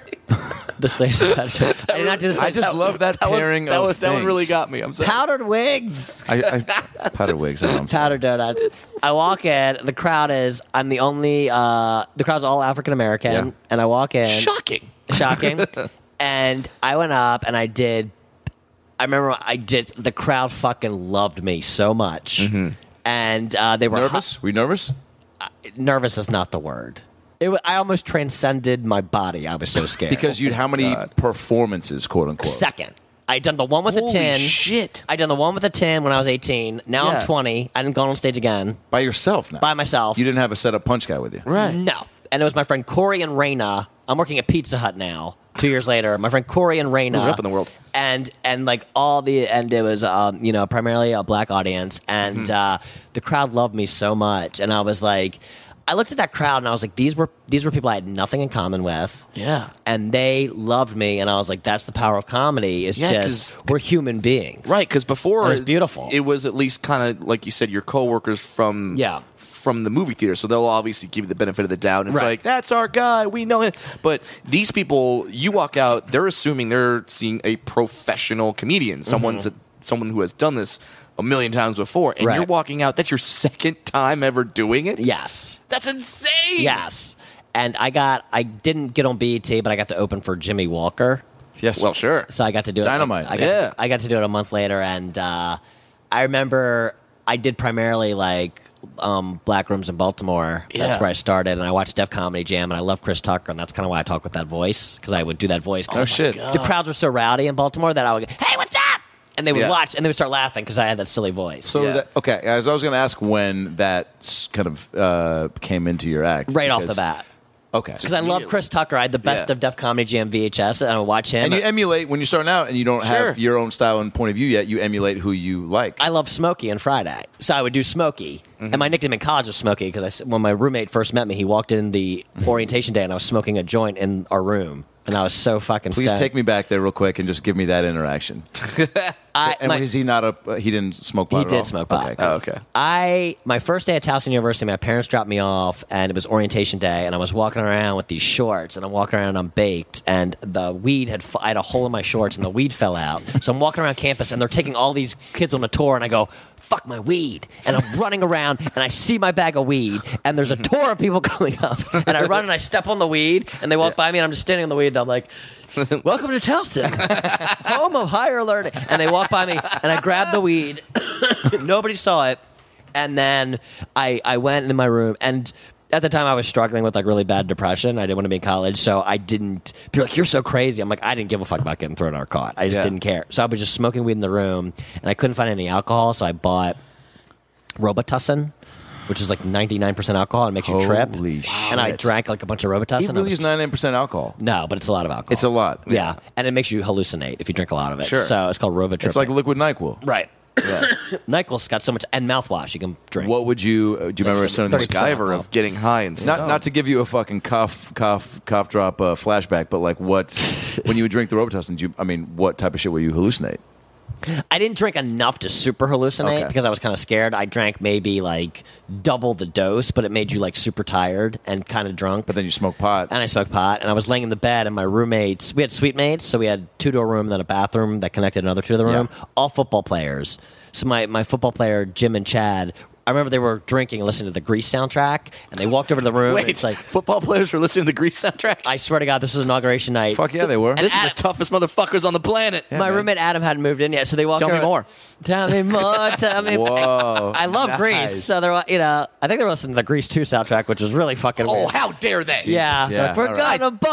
The station. I did not do this. I just love that, that one, pairing. that, of one, that one things. really got me. I'm sorry. powdered wigs. I, I, powdered wigs. I know, I'm sorry. powder donuts. I walk in. The crowd is. I'm the only. Uh, the crowd's all African American, Yeah. and I walk in. Shocking. Shocking. and I went up and I did. I remember I did. The crowd fucking loved me so much, and uh, they were Oh hu- Nervous? Were you nervous? nervous is not the word. It wa I almost transcended my body. I was so scared Because you'd how many performances, quote unquote? second. I done the one with Holy the ten. shit. I done the one with the ten when I was eighteen. Now Yeah. I'm twenty. I didn't go on stage again By yourself now. by myself. You didn't have a setup punch guy with you. Right. No. And it was my friend Corey and Raina. I'm working at Pizza Hut now. Two years later, my friend Corey and Raina Moving up in the world. and and like all the and it was um, you know primarily a black audience, and Mm-hmm. uh, the crowd loved me so much, and I was like, I looked at that crowd and I was like, these were these were people I had nothing in common with, Yeah. and they loved me, and I was like, that's the power of comedy is Yeah, 'cause- just we're human beings, Right, because before It was beautiful. It was at least kind of like you said, your coworkers from Yeah. from the movie theater, so they'll obviously give you the benefit of the doubt. And it's Right. like that's our guy, we know him. But these people, you walk out, they're assuming they're seeing a professional comedian, someone's someone who has done this a million times before, and Mm-hmm. Right. you're walking out. That's your second time ever doing it. Yes, that's insane. yes, and I got I didn't get on BET, but I got to open for Jimmy Walker. Yes. Well, sure. So I got to do it. Dynamite. I got Yeah. To, I got to do it a month later, and uh, I remember I did primarily like um, black rooms in Baltimore. Yeah. That's where I started, and I watched Def Comedy Jam, and I love Chris Tucker, and that's kind of why I talk with that voice because I would do that voice. 'cause Oh, the- shit. The crowds were so rowdy in Baltimore that I would, go, hey, what's up? And they would Yeah. watch, and they would start laughing because I had that silly voice. So Yeah. that, okay, as I was going to ask when that s- kind of uh, came into your act, right off the because- bat, Okay, because I love immediately. Chris Tucker, I had the best Yeah. of Def Comedy Jam VHS, and I would watch him. and you emulate when you're starting out, and you don't Sure. have your own style and point of view yet. You emulate who you like. I love Smokey and Friday, so I would do Smokey. And my nickname in college was Smokey because when my roommate first met me, he walked in the orientation day and I was smoking a joint in our room, and I was so fucking. Please stoned. take me back there real quick and just give me that interaction. I, and my- is he not a? uh, He didn't smoke pot. He at did all? smoke pot. Okay, Oh, cool. okay. I my first day at Towson University, my parents dropped me off, and it was orientation day, and I was walking around with these shorts, and I'm walking around, I'm baked, and the weed had f- I had a hole in my shorts, and the weed fell out, so I'm walking around campus, and they're taking all these kids on a tour, and I go. Fuck my weed, and I'm running around, and I see my bag of weed, and there's a tour of people coming up, and I run and I step on the weed, and they walk by me, and I'm just standing on the weed, and I'm like, "Welcome to Towson, home of higher learning." And they walk by me, and I grab the weed, nobody saw it and then i i went into my room and at the time i was struggling with like really bad depression i didn't want to be in college so i didn't people were like you're so crazy i'm like i didn't give a fuck about getting thrown out or caught i just Yeah. didn't care so i was just smoking weed in the room and i couldn't find any alcohol so i bought robitussin which is like 99% alcohol and makes you trip Holy and i shit. drank like a bunch of robitussin It and I really was- is 99% alcohol. no but it's a lot of alcohol It's a lot. yeah, and it makes you hallucinate if you drink a lot of it Sure. so it's called robitussin It's like liquid NyQuil. right NyQuil's got so much and mouthwash you can drink What would you uh, do? You remember a certain The Guyver of getting high and Not not to give you a fucking cough cough cough drop uh, flashback, but like what when you would drink the Robitussin? did You, I mean, what type of shit will you hallucinate? I didn't drink enough to super hallucinate Okay. because I was kind of scared. I drank maybe like double the dose, but it made you like super tired and kind of drunk. But then you smoke pot. and I smoked pot, and I was laying in the bed, and my roommates, we had suite mates, so we had two to a room, then a bathroom that connected another two to the room, Yeah. all football players. So my, my football player, Jim and Chad, I remember they were drinking and listening to the Grease soundtrack, and they walked over to the room. and Wait, it's like football players were listening to the Grease soundtrack. I swear to God, this was inauguration night. Fuck yeah, they were. this is Adam- the toughest motherfuckers on the planet. My man. roommate Adam hadn't moved in yet, so they walked. Tell me over- more. Tell me more. Tell me. Whoa. I love Grease, so they're you know I think they were listening to the Grease Two soundtrack, which was really fucking. Oh, weird. how dare they? Yeah, Jesus, yeah. Like, we're All right. gonna ball.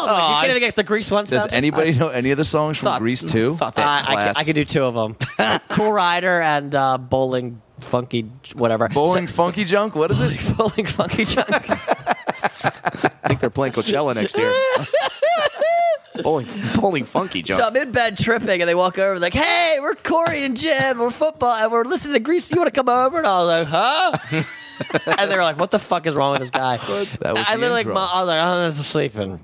I'm like, Oh, you can't I- even get the Grease One Does soundtrack. anybody know any of the songs from Fuck- Grease 2? Fuck Uh, that I, class. could, I could do two of them. cool Rider and uh, Bowling Funky whatever. Bowling Funky Junk? What is it? So- bowling Funky Junk. I think they're playing Coachella next year. bowling, bowling funky junk. so I'm in bed tripping, and they walk over like, "Hey, we're Corey and Jim. We're football, and we're listening to Grease. You want to come over?" And I was like, "Huh?" and they were like, "What the fuck is wrong with this guy?" That was I the literally, intro. Like, I was like, "I'm just sleeping."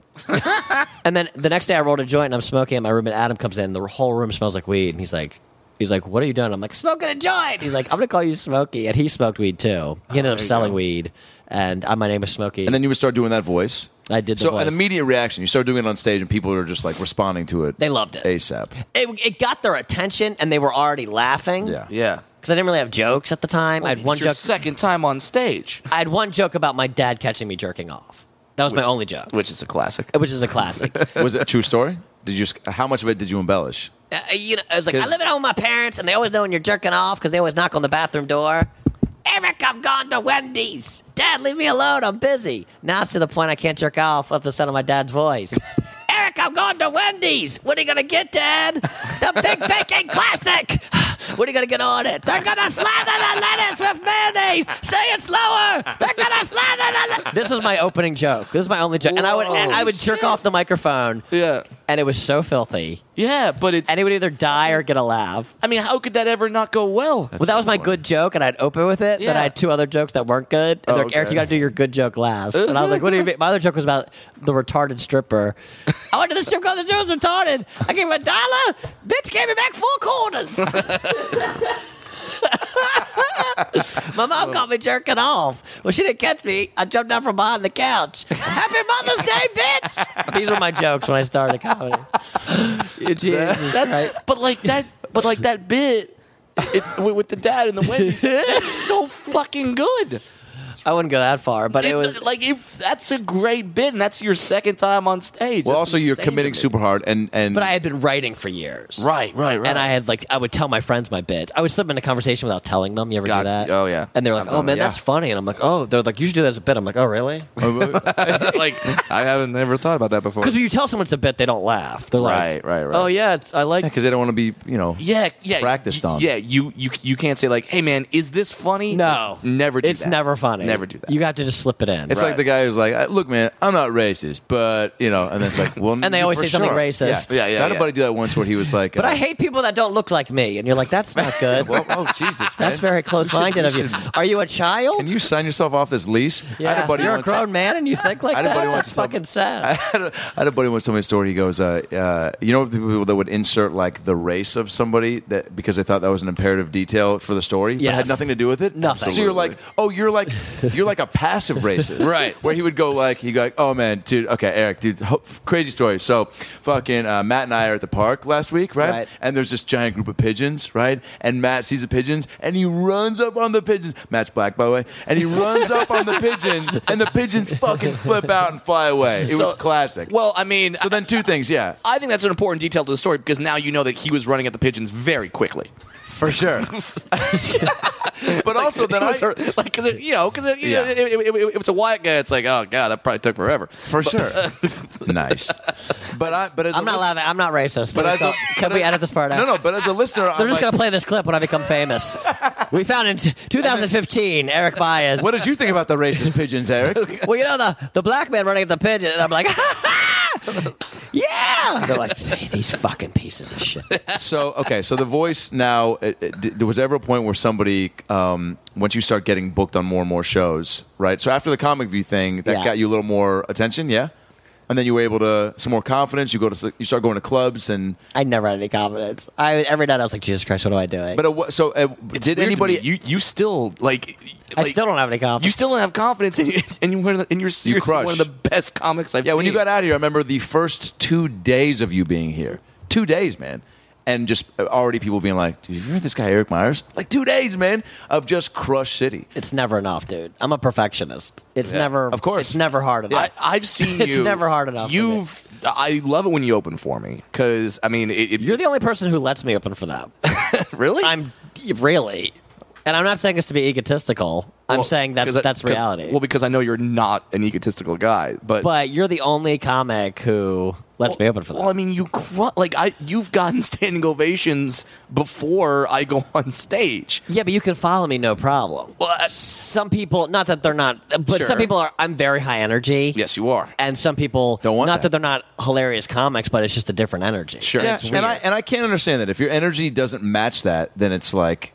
and then the next day, I rolled a joint, and I'm smoking. And my roommate Adam comes in. The whole room smells like weed, and he's like. He's like, "What are you doing?" I'm like, "Smoking a joint." He's like, "I'm gonna call you Smokey," and he smoked weed too. He Oh, ended up selling weed, and uh, my name was Smokey. And then you would start doing that voice. I did the so voice. an immediate reaction. You start doing it on stage, and people are just like responding to it. They loved it. ASAP. it, it got their attention, and they were already laughing. Yeah. yeah. because I didn't really have jokes at the time. I had one It's your joke. second time on stage, I had one joke about my dad catching me jerking off. That was my only joke, which is a classic. which is a classic. uh, Was it a true story? Did you? How much of it did you embellish? you know, I was like, 'Cause- I live at home with my parents, and they always know when you're jerking off because they always knock on the bathroom door. Eric, I'm gone to Wendy's. Dad, leave me alone. I'm busy. Now it's to the point I can't jerk off with the sound of my dad's voice. Eric, I'm going to Wendy's. What are you gonna get, Dad? The Big Bacon Classic. What are you gonna get on it? They're gonna slather the lettuce with mayonnaise. Say it slower. They're gonna slather the. Le-. This was my opening joke. This is my only joke, and I would and I would jerk off the microphone. Yeah. And it was so filthy. Yeah, but it's. And it would either die or get a laugh. I mean, how could that ever not go well? well, that was my good joke, and I'd open with it. Then Yeah. I had two other jokes that weren't good. And they're like, Eric, okay. you got to do your good joke last. And I was like, what do you mean? My other joke was about the retarded stripper. I went to the strip club, the stripper was retarded. I gave her a dollar. Bitch gave me back four quarters. my mom caught me jerking off. Well, she didn't catch me. I jumped down from behind the couch. Happy Mother's Day, bitch. These were my jokes when I started comedy. Jesus Christ. But like that. But like that bit. It, with with the dad and the Wendy's, that's so fucking good. I wouldn't go that far, but it It- was like it, that's a great bit, and that's your second time on stage. Well, That's also you're insane committing to me. super hard, and and but I had been writing for years. Right, right, right. And I had like I would tell my friends my bits. I would slip into conversation without telling them. You ever God, do that? oh, yeah. And they're like, I've "Oh done man, it, yeah. that's funny." And I'm like, "Oh, they're like, you should do that as a bit." I'm like, "Oh, really?" like I haven't never thought about that before. Because when you tell someone it's a bit, they don't laugh. They're like, Right, right, right. Oh yeah, it's, I like. because they don't want to be, you know. Yeah, yeah. Practiced y- on. Yeah, you you you can't say like, "Hey man, is this funny?" No, never. Do it's that. never funny. Never do that. You have to just slip it in. It's like Right. the guy who's like, "Uh, "Look, man, I'm not racist, but you know," and then it's like, "Well," And they always for say something sure. racist. Yeah, yeah, I had yeah. a buddy do that once where he was like, but uh, I hate people that don't look like me, and you're like, "That's not good." Well, oh Jesus, man. that's very close-minded of you. Are you a child? Can you sign yourself off this lease? I had yeah, a buddy you're a once- grown man, and you think like I had a that. buddy once That's tell- fucking sad. I had, a, I had a buddy once tell me a story. He goes, uh, uh, "You know the people that would insert like the race of somebody that because they thought that was an imperative detail for the story, but it Yes. had nothing to do with it. Nothing. So you're like, oh, you're like, you're like a passive racist, Right. Where he would go like, he go, like, oh man, dude, okay, Eric, dude, ho- f- crazy story. So fucking uh, Matt and I are at the park last week, right? Right. And there's this giant group of pigeons, right? And Matt sees the pigeons and he runs up on the pigeons. Matt's black, by the way, and he runs up on the pigeons, and the pigeons fucking flip out and fly away. It So- was classic. Well, I mean, So then two things, yeah, I think that's an important detail to the story because now you know that he was running at the pigeons very quickly. for sure. but also then It I was her- like, cause it, you know, because it, Yeah. it, it, it- if it's a white guy, it's like, oh god, that probably took forever. for sure. nice. But I but as I'm a not lis- laughing. I'm not racist. But But as a, can but we as- edit this part out? No, no. But as a listener, They're I'm just like, gonna play this clip when I become famous. we found in t- 2015 Eric Baez. What did you think about the racist pigeons, Eric? Well, you know the the black man running at the pigeon, and I'm like, yeah. They're like "Hey, these fucking pieces of shit. so okay, so the voice now. It, it, d- there was ever a point where somebody, um, once you start getting booked on more and more shows, right? So after the comic view thing, that Yeah. got you a little more attention, yeah. And then you were able to some more confidence. You go to s- you start going to clubs and I never had any confidence. I every night I was like, Jesus Christ, what am I doing? but it, wa- so uh, did Weird to anybody me. You you still like? I like, still don't have any You confidence. still don't have confidence, in you, and you were and you're seriously crush. one of the best comics I've Yeah, seen. when you got out here, I remember the first two days of you being here. Two days, man. and just uh, already people being like, "Dude, you heard this guy Eric Myers?" Like two days, man, of just crush city. It's never enough, dude. I'm a perfectionist. It's Yeah, never, of course. It's never hard enough. I, I've seen It's you. never hard enough for me. You've. I love it when you open for me because I mean, it, it, You're the only person who lets me open for that. really. I'm really, and I'm not saying this to be egotistical. I'm Well, saying that's 'cause I- that's 'cause- reality. Well, because I know you're not an egotistical guy, but but you're the only comic who lets me open for that. Well, I mean, you cr- like I you've gotten standing ovations before I go on stage. yeah, but you can follow me, no problem. Well, I- some people, not that they're not, but Sure. some people are. I'm very high energy. yes, you are. and some people Don't want that. not that. they're not hilarious comics, but it's just a different energy. Sure. Yeah, It's and I weird. and I can't understand that if your energy doesn't match that, then it's like,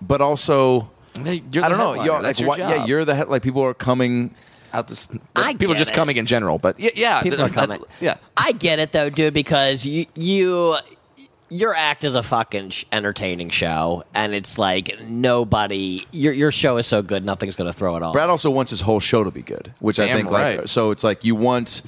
but also. Hey, you're I the don't know. headliner. y'all, That's like, your why- yeah, job. you're the head, like people are coming. out this. I people get just it. coming in general, but yeah, yeah, people Uh, th- are coming. that- yeah. I get it though, dude, because you you your act is a fucking sh- entertaining show, and it's like nobody your your show is so good, nothing's gonna throw it off. Brad also wants his whole show to be good, which I Damn think like right. so it's like you want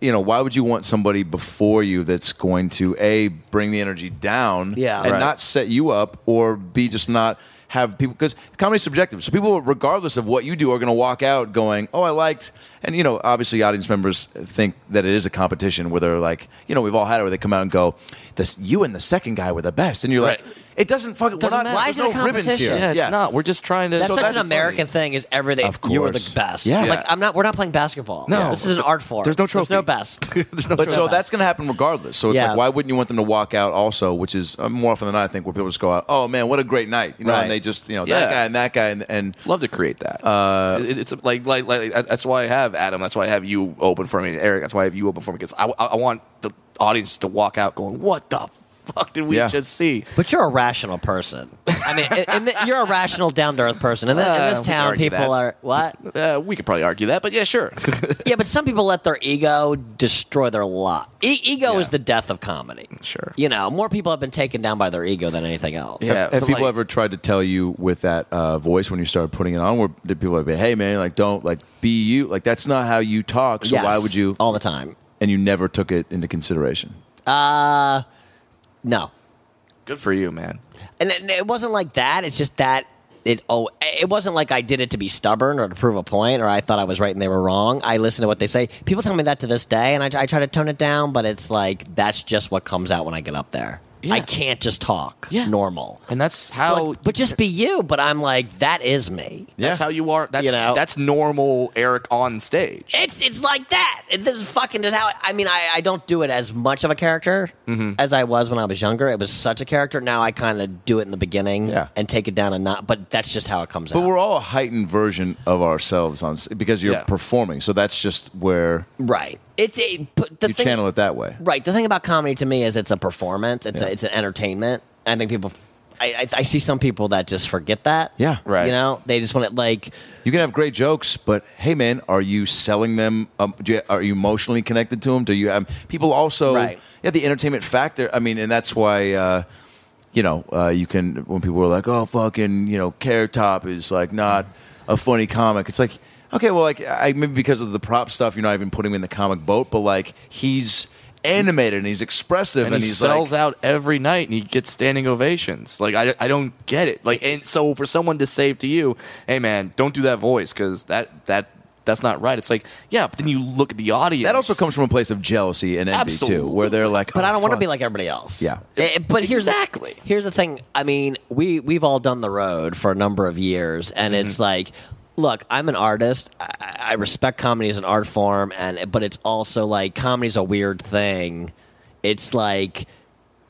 you know, why would you want somebody before you that's going to a bring the energy down Yeah. and Right. not set you up or b just not have people because comedy's subjective. So people regardless of what you do are going to walk out going, "Oh, I liked." And you know, obviously audience members think that it is a competition where they're like, you know, we've all had it where they come out and go, "This you and the second guy were the best." And you're like, Right. "It doesn't fucking Doesn't we're not, matter. Why there's is it a no ribbons here." competition? Yeah, it's not. We're just trying to. that's so such that's an American thing. Is everything? Of You were the course. best. Yeah. Like I'm not. We're not playing basketball. No. this is an art form. There's no There's no trophy. best. There's no But so trophy. that's going to happen regardless. So it's Yeah. like, why wouldn't you want them to walk out also? Which is uh, more often than not, I think, where people just go out, oh man, what a great night, you know, Right. and they just, you know, that Yeah. guy and that guy, and, and Love to create that. Uh, it, it's like, like, like that's why I have Adam. That's why I have you open for me, Eric. That's why I have you open for me because I, I, I want the audience to walk out going, "What the fuck did we Yeah. just see?" But you're a rational person. I mean, and- and th- you're a rational, down to earth person. And Uh, in we this can town, argue people that. are what? Uh, we could probably argue that, but yeah, sure. yeah, but some people let their ego destroy their lot. E- ego Yeah. is the death of comedy. Sure. You know, more people have been taken down by their ego than anything else. yeah, have but, people like- ever tried to tell you with that uh, voice when you started putting it on? Where did people like, hey man, like don't like be you, like that's not how you talk. So Yes, why would you? All the time. And you never took it into consideration. No. Good for you, man. And it, it wasn't like that. It's just that it oh it wasn't like I did it to be stubborn or to prove a point or I thought I was right and they were wrong. I listen to what they say. People tell me that to this day, and I, I try to tone it down, but it's like that's just what comes out when I get up there. Yeah. I can't just talk Yeah. normal. And that's how. Like, but just be you. But I'm like that is me. that's Yeah. how you are. That's You know? that's normal, Eric on stage. It's it's like that. It- This is fucking just how. I mean, I, I don't do it as much of a character Mm-hmm. as I was when I was younger. It was such a character. Now I kind of do it in the beginning Yeah. and take it down a notch. But that's just how it comes But out. we're all a heightened version of ourselves on s- because you're Yeah. performing. So that's just where right. It's a but the you thing, channel it that way. Right. The thing about comedy to me is it's a performance. It's Yeah. a, it's an entertainment. I think people. I, I, I see some people that just forget that. Yeah. Right. You know, they just want to like. You can have great jokes, but hey, man, are you selling them? Um, do you, are you emotionally connected to them? Do you? Um, people also, Right. yeah, the entertainment factor. I mean, and that's why. Uh, you know, uh, you can when people are like, "Oh, fucking," you know, Carrot Top is like not a funny comic. It's like, okay, well, like I maybe because of the prop stuff, you're not even putting him in the comic boat, but like he's animated and he's expressive and, and, he he's sells like, out every night and he gets standing ovations. Like I, I don't get it. Like and so for someone to say to you, "Hey man, don't do that voice cuz that that that's not right." It's like, yeah, but then you look at the audience. That also comes from a place of jealousy and envy too, where they're like, "Oh, But I don't want to to be like everybody else. Yeah. Eh, but here's Exactly. The, here's the thing. I mean, we we've all done the road for a number of years, and Mm-hmm. it's like, look, I'm an artist. I, I respect comedy as an art form, and but it's also like comedy's a weird thing. It's like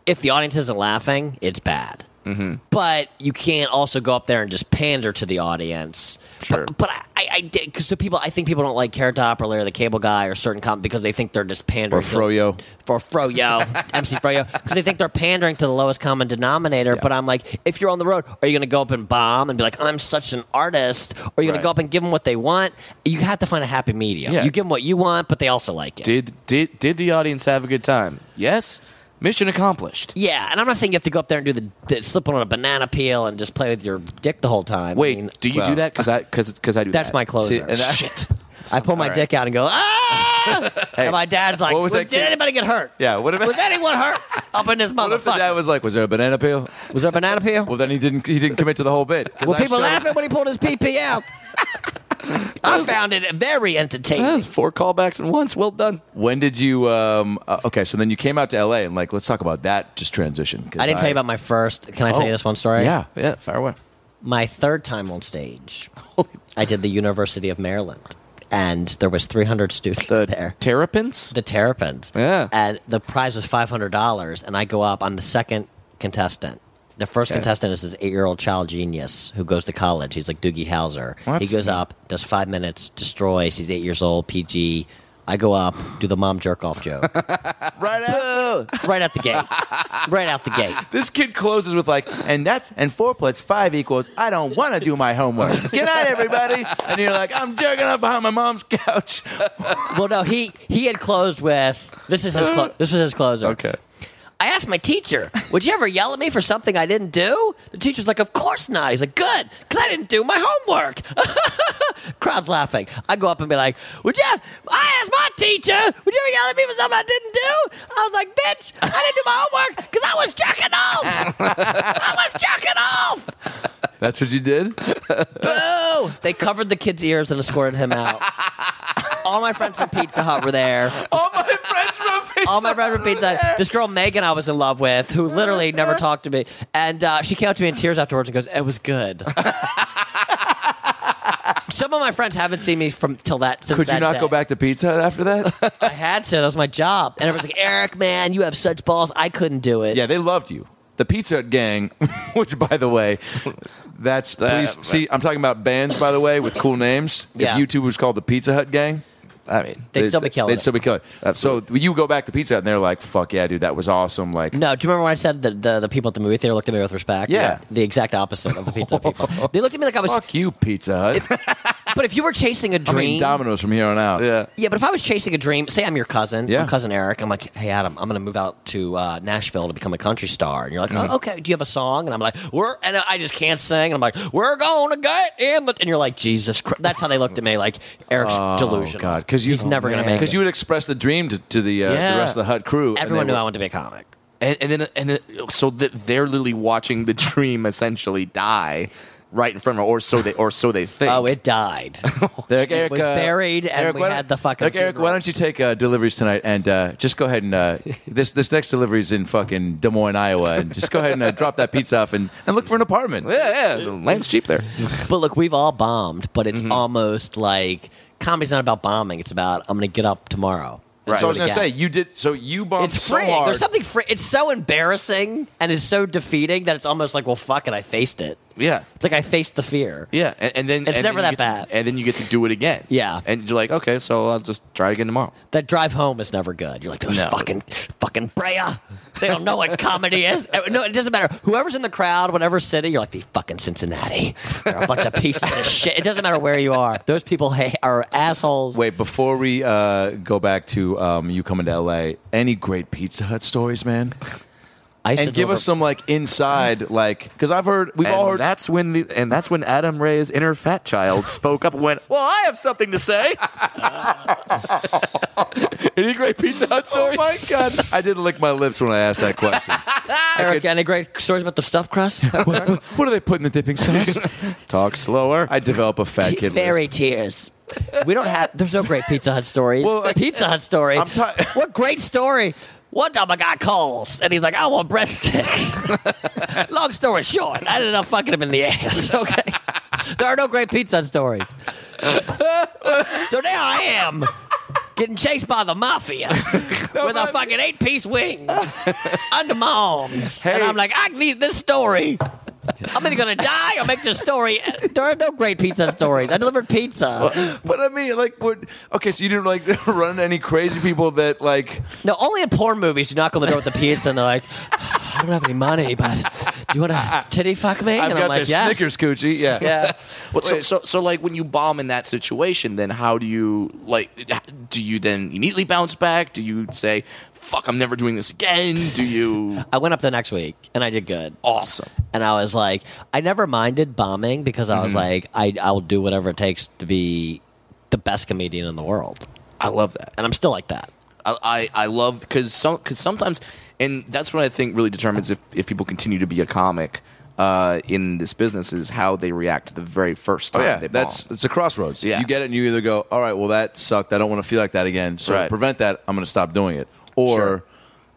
if the audience isn't laughing, it's bad. Mm-hmm. But you can't also go up there and just pander to the audience. Sure. But, but I, I, I did because so people, I think people don't like Carrot Top or Larry the Cable Guy or certain com because they think they're just or pandering. Froyo. For Froyo, MC Froyo, because they think they're pandering to the lowest common denominator. But I'm like, if you're on the road, are you going to go up and bomb and be like, I'm such an artist? Or are you going Right. to go up and give them what they want? You have to find a happy medium. Yeah. You give them what you want, but they also like it. did did did the audience have a good time? Yes. Mission accomplished. Yeah, and I'm not saying you have to go up there and do the, the slip on a banana peel and just play with your dick the whole time. I Wait, mean, do you well- do that? Because I, cause, 'cause I do that's that. my closer. See, and I- Shit. I pull my All right. dick out and go, ah! Hey, and my dad's like, what was "Well, that did kid- anybody get hurt? Yeah, what if Was anyone hurt up in this what if the dad motherfucker? was like, was there a banana peel? Was there a banana peel? Well, then he didn't he didn't commit to the whole bit. 'Cause Were I people showed- laughing when he pulled his PP out? I found it very entertaining. That's four callbacks in once. Well done. When did you? Um, uh, okay, so then you came out to L.A. and like, let's talk about that just transition. 'cause I didn't tell you about my first. Can I tell you this one story? Yeah. Yeah, fire away. my third time on stage, I did the University of Maryland, and there was 300 students The there. Terrapins? The Terrapins. Yeah. And the prize was $500, and I go up. I'm the second contestant. The first contestant is this eight-year-old child genius who goes to college. He's like Doogie Howser. He goes up, does five minutes, destroys. He's eight years old, PG. I go up, do the mom jerk off joke Right after right out the gate, right out the gate. this kid closes with like, and that's and four plus five equals. I don't want to do my homework. Good night, everybody. And you're like, I'm jerking up behind my mom's couch. Well, no, he he had closed with this is his clo- this was his closer. Okay. I asked my teacher, "Would you ever yell at me for something I didn't do?" The teacher's like, "Of course not." He's like, "Good, because I didn't do my homework." Crowd's laughing. I go up and be like, "Would you?" I asked my teacher, "Would you ever yell at me for something I didn't do?" I was like, "Bitch, I didn't do my homework because I was jerking off. I was jerking off." That's what you did. Boo! They covered the kid's ears and escorted him out. All my friends from Pizza Hut were there. All my friends from Pizza All my friends from Hut Pizza were Hut. This girl Megan I was in love with, who literally never talked to me, and uh, she came up to me in tears afterwards and goes, "It was good." Some of my friends haven't seen me from till that. Since Could you that not day. go back to Pizza Hut after that? I had to. That was my job. And everyone's like, "Eric, man, you have such balls. I couldn't do it." yeah, they loved you. The Pizza Hut gang, which by the way, that's please see. I'm talking about bands, by the way, with cool names. Yeah. If YouTube was called the Pizza Hut gang, I mean, They'd still be killing They'd it. still be killing. it. Uh, So you go back to Pizza Hut and they're like, "Fuck yeah, dude, that was awesome!" Like, No, do you remember when I said that the, the people at the movie theater looked at me with respect? Yeah. The exact opposite of the pizza people. They looked at me like I was. fuck you, Pizza Hut. But if you were chasing a I dream, mean, Domino's from here on out. yeah. Yeah, but if I was chasing a dream, say I'm your cousin, Yeah. I'm cousin Eric, I'm like, hey Adam, I'm gonna move out to uh, Nashville to become a country star, and you're like, Mm-hmm. oh, okay, do you have a song? And I'm like, we're, and I just can't sing, and I'm like, we're gonna get in, the, and you're like, Jesus Christ, that's how they looked at me, like Eric's delusional, Oh, God, because you he's never gonna make because it. you would express the dream to, to the uh, Yeah. the rest of the Hut crew. and Everyone they knew were- I wanted to be a comic. and, and then and then, so that they're literally watching the dream essentially die right in front of them, or so they or so they think. Oh, it died. They're like, Eric was uh, buried, and Eric, we why don't- had the fucking Like, Eric, why funeral." don't you take uh, deliveries tonight and uh, just go ahead and uh, this this next delivery is in fucking Des Moines, Iowa, and just go ahead and uh, drop that pizza off and, and look for an apartment. yeah, yeah, the land's cheap there. but look, we've all bombed, but Mm-hmm. it's almost like comedy's not about bombing; it's about I'm gonna get up tomorrow. Right. So I was Again. gonna say you did. So you bombed It's Um, so freeing. hard. There's something free. It's so embarrassing and it's so defeating that it's almost like, well, fuck it, I faced it. Yeah, It's like I faced the fear. yeah, and, and then It's and never then you that get to- bad. and then you get to do it again. Yeah. and you're like, okay, so I'll just try again tomorrow. That drive home is never good. You're like those No. fucking fucking Brea. They don't know what comedy is. No, it doesn't matter. Whoever's in the crowd, whatever city, you're like the fucking Cincinnati. They're a bunch of pieces of shit. It doesn't matter where you are. Those people ha- are assholes. Wait, before we uh, go back to um, you coming to LA, any great Pizza Hut stories, man? I used to And give deliver- us some like inside, like because I've heard we've all And heard. that's when the and that's when Adam Ray's inner fat child spoke up and went, "Well, I have something to say." Any great Pizza Hut Oh story? my god! I didn't lick my lips when I asked that question. Eric, any great stories about the stuffed crust? what do they put in the dipping sauce? Talk slower. I develop a fat kid. fairy list. tears. We don't have. There's no great Pizza Hut stories. Well, I- Pizza Hut story. I'm ti- what great story? One time I got calls and he's like, "I want breast sticks." Long story short, I ended up fucking him in the ass. Okay. There are no great Pizza Hut stories. so now I am getting chased by the mafia with a fucking eight-piece wings under my arms, and I'm like, I need this story. I'm either gonna die or make this story. There are no great pizza stories. I delivered pizza. But I mean, like, what? Okay, so you didn't like run into any crazy people that like. No, only in porn movies you knock on the door with the pizza and they're like, I don't have any money, but do you want to titty fuck me? I've and got I'm like, this yes. Snickers coochie. Yeah. Yeah. Well, so, so, so, like when you bomb in that situation, then how do you like? Do you then immediately bounce back? Do you say, "Fuck, I'm never doing this again"? Do you I went up the next week and I did good. awesome? And I was like, Mm-hmm. I never minded bombing because I was like, I I'll do whatever it takes to be the best comedian in the world, I love that. and I'm still like that. I, I I love because some because sometimes and that's what I think really determines if if people continue to be a comic uh, in this business is how they react to the very first time. Oh yeah, they that's bomb. it's a crossroads. Yeah. You get it, and you either go, "All right, well that sucked. I don't want to feel like that again. So to Right. prevent that, I'm going to stop doing it, or Sure.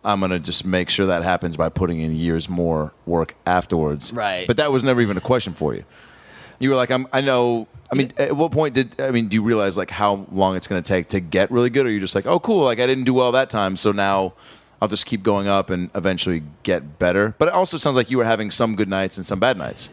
I'm going to just make sure that happens by putting in years more work afterwards." Right. But that was never even a question for you. You were like, "I'm. I know." I mean, at what point did I mean? Do you realize like how long it's going to take to get really good, or you're just like, "Oh, cool. Like I didn't do well that time, so now." I'll just keep going up and eventually get better. But it also sounds like you were having some good nights and some bad nights.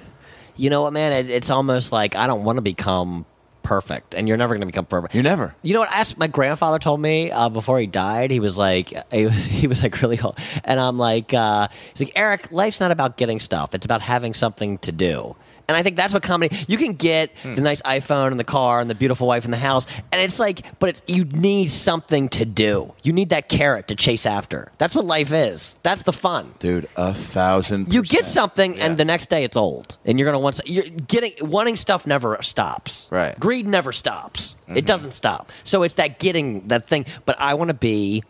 You know what, man? It, it's almost like I don't want to become perfect, and you're never going to become perfect. You never. You know what? I asked, my grandfather told me uh, before he died. He was like, he was, he was like really old, and I'm like, uh, he's like, Eric, life's not about getting stuff; it's about having something to do. And I think that's what comedy. You can get the nice iPhone and the car and the beautiful wife in the house, and it's like, but it's you need something to do. You need that carrot to chase after. That's what life is. That's the fun. Dude, a thousand. You percent. get something, and the next day it's old, and you're gonna want. You're getting wanting stuff never stops. Right. Greed never stops. Mm-hmm. It doesn't stop. So it's that getting that thing. But I want to be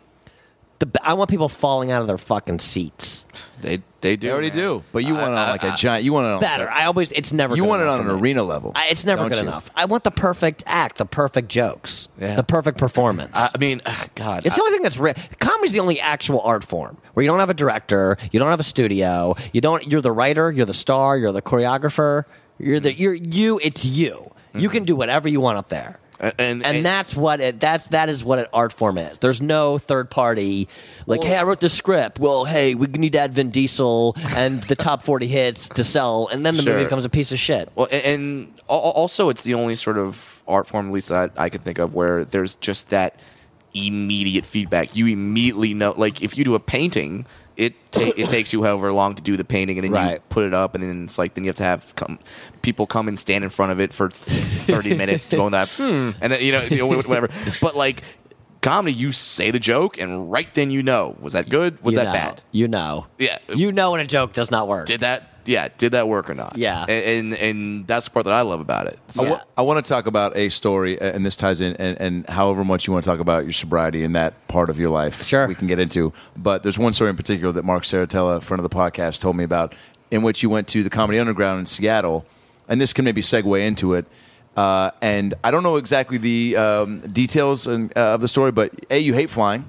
the. b- I want people falling out of their fucking seats. they they do They already man. do, but you want it on like a giant. You want it on Better. I always. It's never. you good want it on enough an for me. arena level. I, it's never don't good you? enough. I want the perfect act, the perfect jokes, Yeah. the perfect performance. I, I mean, ugh, God, It's the I- only thing that's real. Comedy's the only actual art form where you don't have a director, you don't have a studio, you don't. You're the writer, you're the star, you're the choreographer, you're the you're you. It's you. You can do whatever you want up there, A- and- Uh, and- that's what it. That's that is what an art form is. There's no third party. Like, hey, I wrote this script. Well, hey, we need to add Vin Diesel and the top forty hits to sell, and then the Sure. movie becomes a piece of shit. well, a- and al- al- also it's the only sort of art form, at least that I could think of, where there's just that immediate feedback. You immediately know, like if you do a painting. It, ta- it takes you however long to do the painting, and then you Right. put it up, and then it's like then you have to have come, people come and stand in front of it for thirty minutes to go on that, Hmm. and then you know you know, whatever. But like comedy, you say the joke, and right then you know was that good, was You that know. bad? You know. Yeah. You know when a joke does not work. Did that? Yeah, did that work or not? Yeah. A- and and, that's the part that I love about it. I So, Yeah. want to talk about a story, a- and this ties in, and, and however much you want to talk about your sobriety in that part of your life, Sure. we can get into. But there's one story in particular that Mark Saratella, friend of the podcast, told me about, in which you went to the Comedy Underground in Seattle, and this can maybe segue into it. Uh, and I don't know exactly the um, details and, uh, of the story, but a you hate flying,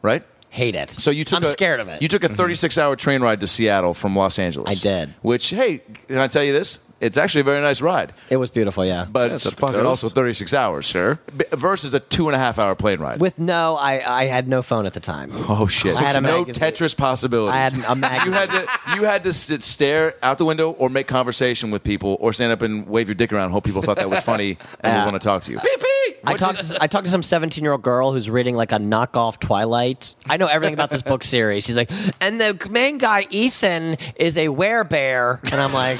right? Hate it. So you took I'm a- scared of it. Mm-hmm. You took a 36 hour train ride to Seattle from Los Angeles. I did. Which, hey, can I tell you this? It's actually a very nice ride, It was beautiful, yeah. but Yeah, it's it's up the fucking coast. also 36 hours. Sure. B- versus a two and a half hour plane ride. with no, I I had no phone at the time. oh shit! I had a no magazine. Tetris possibilities. I had a magazine. you had to you had to sit, stare out the window or make conversation with people or stand up and wave your dick around. Hope people thought that was funny and Yeah. would want to talk to you. I talked to, I talked to some 17 year old girl who's reading like a knockoff Twilight. I know everything about this book series. She's like, and the main guy Ethan is a bear, and I'm like,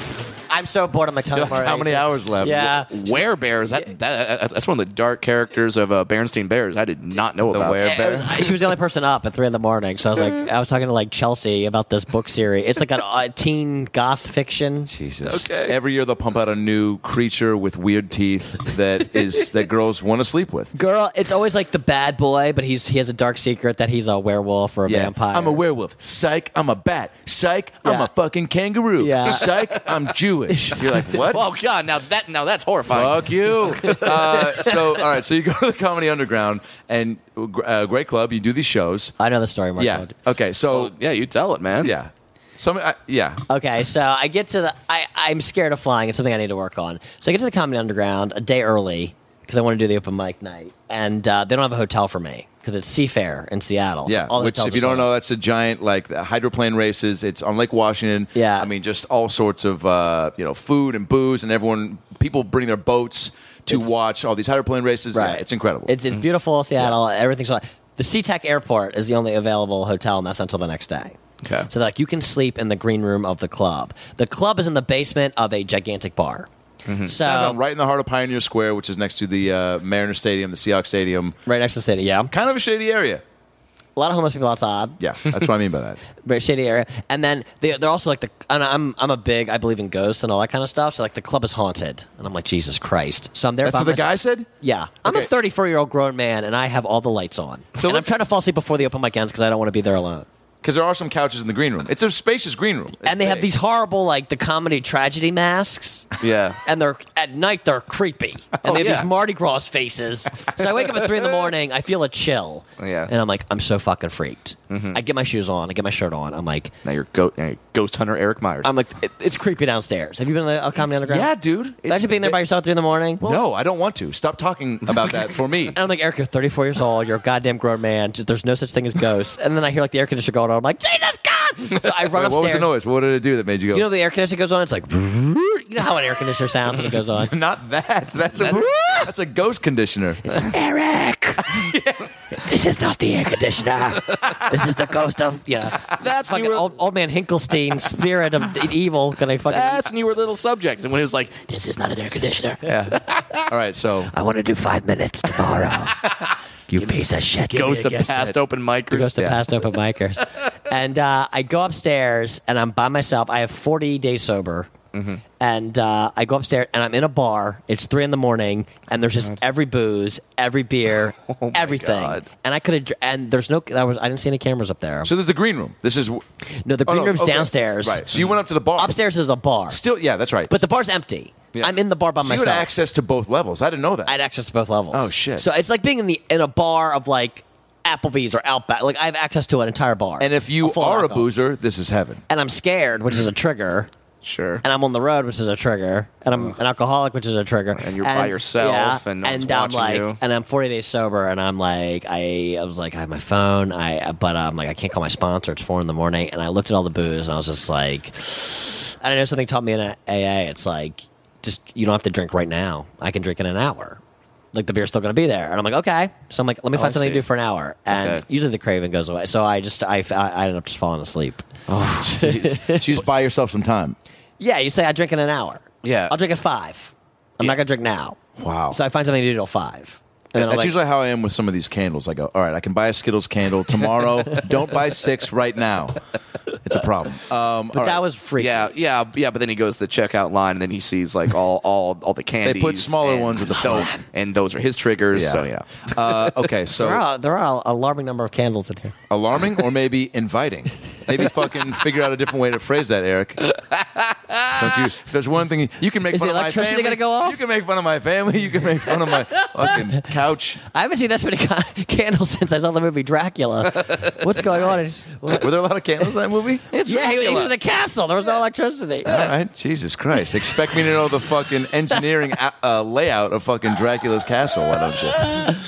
I'm so bored of my tongue. already. How many hours left? Yeah. Were bears? That, that that's one of the dark characters of uh, Berenstain Bears. I did not know The about. were It was- bear. she was the only person up at three in the morning, so I was like, I was talking to like Chelsea about this book series. It's like a, a teen goth fiction. Jesus. Okay. Every year they'll pump out a new creature with weird teeth that is that girls want to sleep with. Girl, it's always like the bad boy, but he's he has a dark secret that he's a werewolf or a vampire. I'm a werewolf. Psych, I'm a bat. Psych, I'm Yeah. a fucking kangaroo. Yeah. Psych, I'm Jewish. You're like, what? Oh God! Now that now that's horrifying. Fuck you. Uh, so, all right. So you go to the Comedy Underground and uh, great club. You do these shows. I know the story, Mark. Yeah. told. Okay. So, Well, yeah, you tell it, man. yeah. Some, I, yeah. Okay, so I get to the. I, I'm scared of flying. It's something I need to work on. So I get to the Comedy Underground a day early because I want to do the open mic night, and uh, they don't have a hotel for me because it's Seafair in Seattle. So Yeah, all the which hotels if are you don't sold out. know, that's a giant like the hydroplane races. It's on Lake Washington. Yeah. I mean, just all sorts of uh, you know food and booze, and everyone people bring their boats to watch all these hydroplane races. Yeah, it's incredible. Mm-hmm. It's, it's beautiful, Seattle. Everything's fine. The SeaTac Airport is the only available hotel, and that's until the next day. Okay. So like you can sleep in the green room of the club. The club is in the basement of a gigantic bar. Mm-hmm. So Downtown, right in the heart of Pioneer Square, which is next to the uh, Mariner Stadium, the Seahawks Stadium. right next to the city, yeah. Kind of a shady area. a lot of homeless people outside. Yeah, that's what I mean by that. very shady area. And then they, they're also like the. And I'm I'm a big I believe in ghosts and all that kind of stuff. So like the club is haunted, and I'm like Jesus Christ. So I'm there. That's by what the myself- guy said. Yeah, I'm a Okay. 34 year old grown man, and I have all the lights on. So So I'm let's- trying to fall asleep before they open my guns because I don't want to be there alone. Because there are some couches in the green room. It's a spacious green room. It's and they have big. these horrible like the comedy tragedy masks. Yeah. And they're at night they're creepy, and Oh, they have yeah. these Mardi Gras faces. So I wake up at three in the morning, I feel a chill, Yeah. and I'm like, I'm so fucking freaked. Mm-hmm. I get my shoes on, I get my shirt on, I'm like, Now you're, go- now you're ghost hunter Eric Myers. I'm like, it, it's creepy downstairs. Have you been to the Comedy Underground? Yeah, dude. It's- Imagine being there by yourself at three in the morning. No, I don't want to. Stop talking about that for me. And I'm like, Eric, you're 34 years old. You're a goddamn grown man. Just- There's no such thing as ghosts. And then I hear like the air conditioner going on. I'm like, Jesus God! So I run Wait, upstairs. what was the noise? What did it do that made you go? You know the air conditioner goes on. It's like, you know how an air conditioner sounds when it goes on. not that. That's a that's a ghost conditioner. Eric, this is not the air conditioner. this is the ghost of you know. That's fucking were- old, old man Hinkelstein, spirit of d- evil. Can I fucking? That's when you were little subject. And when he was like, this is not an air conditioner. All right, so I want to do five minutes tomorrow. you piece of shit. ghost Give of me a guess. past open micers. goes to Yeah. past open micers. and uh, I go upstairs and I'm by myself. I have 40 days sober. Mm-hmm. And uh, I go upstairs and I'm in a bar. It's three in the morning and there's just every booze, every beer, Oh everything. God. And I could have, and there's no, I, was, I didn't see any cameras up there. so there's the green room. This is oh, no, the green no, room's okay. downstairs. Right. So you went up to the bar. Upstairs is a bar. Still, yeah, that's right. But the bar's empty. Yeah. I'm in the bar by so you myself. had access to both levels. I didn't know that. I had access to both levels. Oh, shit. So it's like being in the in a bar of like Applebee's or Outback. Like I have access to an entire bar. and if you Full of are a alcohol. boozer, this is heaven. and I'm scared, which is a trigger, Sure. and I'm on the road, which is a trigger, and I'm an alcoholic, which is a trigger, And you're by yourself, and no one's I'm watching like, you. and I'm 40 days sober, and I'm like, I, I was like, I have my phone, I, but I'm like, I can't call my sponsor. It's four in the morning, and I looked at all the booze, and I was just like, I don't know something taught me in AA. It's like, just you don't have to drink right now. I can drink in an hour. Like the beer's still gonna be there, and I'm like, okay. So I'm like, let me find Oh, I something to see. do for an hour, and Okay. usually the craving goes away. So I just, I, I I ended up just falling asleep. so you just buy yourself some time. Yeah, you say I drink in an hour. Yeah. I'll drink at five. I'm not gonna drink now. Wow. So I find something to do till five. And then I'm That's like, usually how I am with some of these candles. I go, all right, I can buy a Skittles candle tomorrow. Don't buy six right now. It's a problem. Um, but that was free. Yeah, yeah, yeah. But then he goes to the checkout line, and then he sees like all, all, all the candies. smaller and ones with the those, and those are his triggers. Yeah. So yeah, uh, okay, so There are, there are an alarming number of candles in here. alarming or maybe inviting. Maybe fucking figure out a different way to phrase that, Eric. Don't you? If there's one thing you, you can make Is fun the of my electricity family. gonna go off? You can make fun of my family. You can make fun of my fucking couch. I haven't seen this many ca- candles since I saw the movie Dracula. What's going on? in- Were there a lot of candles in that movie? it's yeah, he, he Dracula. was in a castle. There was no electricity. All right, Jesus Christ! Expect me to know the fucking engineering a- uh, layout of fucking Dracula's castle? Why don't you?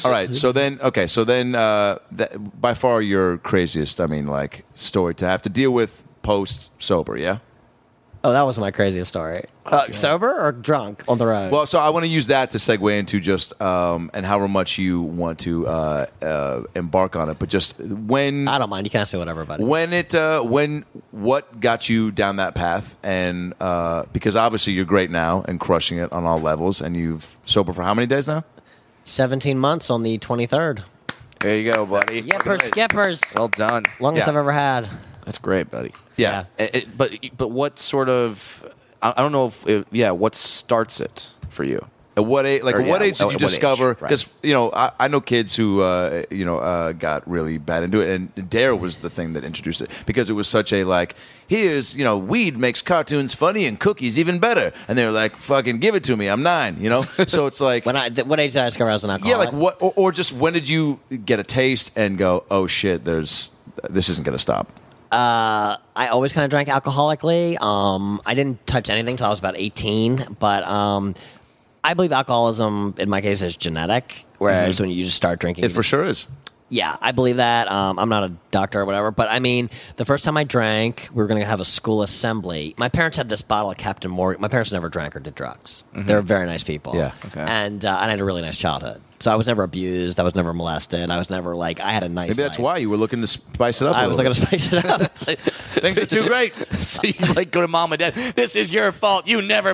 All right, so then okay, so then uh, that, by far your craziest, I mean, like story to have to deal with post sober, yeah. Oh, that was my craziest story. Uh, sober or drunk on the road? Well, so I want to use that to segue into just um, and however much you want to uh, uh, embark on it, but just when I don't mind. You can ask me whatever about it. when it uh, when what got you down that path, and uh, because obviously you're great now and crushing it on all levels, and you've sober for how many days now? 17 months on the 23rd. there you go, buddy. Yepers, skippers. Well done. Longest Yeah. I've ever had. That's great, buddy. Yeah. Eh, eh, but but what sort of? I, I don't know if it, yeah. What starts it for you? At what age? Like, Or, at what yeah, age did at you what age, discover? right. Because you know, I, I know kids who uh, you know uh, got really bad into it, and Dare was the thing that introduced it because it was such a like, here's you know, weed makes cartoons funny and cookies even better, and they're like, fucking give it to me, I'm nine, you know. So it's like, When I, th- what age did I discover I was an yeah, alcoholic? like what, or, or just when did you get a taste and go, oh shit, there's this isn't gonna stop. I always kind of drank alcoholically. Um, I didn't touch anything until I was about 18, but um, I believe alcoholism, in my case, is genetic. Whereas when you just start drinking, Mm-hmm. It you for just- sure is. yeah, I believe that. Um, I'm not a doctor or whatever, but I mean, the first time I drank, we were going to have a school assembly. My parents had this bottle of Captain Morgan. My parents never drank or did drugs. They're very nice people. Mm-hmm. Yeah. Okay. And, uh, and I had a really nice childhood. So I was never abused. I was never molested. I was never like I had a nice. Maybe that's life. why you were looking to spice it up. I a was little going to spice it up. Things are too great. So you like go to mom and dad. This is your fault. You never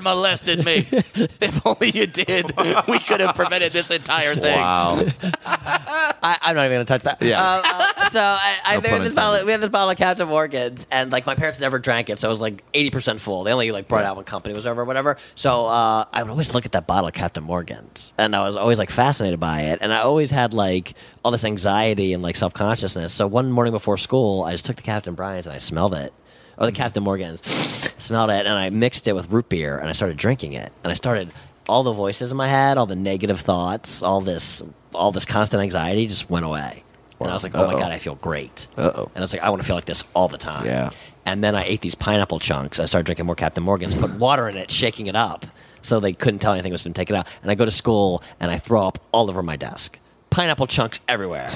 molested me. if only you did, we could have prevented this entire thing. Wow. I, I'm not even gonna touch that. Yeah. Um, uh, so I, I No there pun was this intended. bottle, we had this bottle of Captain Morgan's, and like my parents never drank it, so it was like 80 percent full. They only like brought it out when company was over, or whatever. So uh, I would always look at that bottle of Captain Morgan's, and I was always like fascinated by it, and I always had like all this anxiety and like self consciousness. So one morning before school, I just took the Captain Brian's and I smelled it. Or Oh, the Captain Morgan's smelled it, and I mixed it with root beer, and I started drinking it, and I started all the voices in my head, all the negative thoughts, all this, all this constant anxiety just went away. And I was like, oh my Uh-oh. God, I feel great. Uh-oh. And I was like, I want to feel like this all the time. Yeah. And then I ate these pineapple chunks. I started drinking more Captain Morgans, put water in it, shaking it up. So they couldn't tell anything was been taken out. And I go to school and I throw up all over my desk. Pineapple chunks everywhere.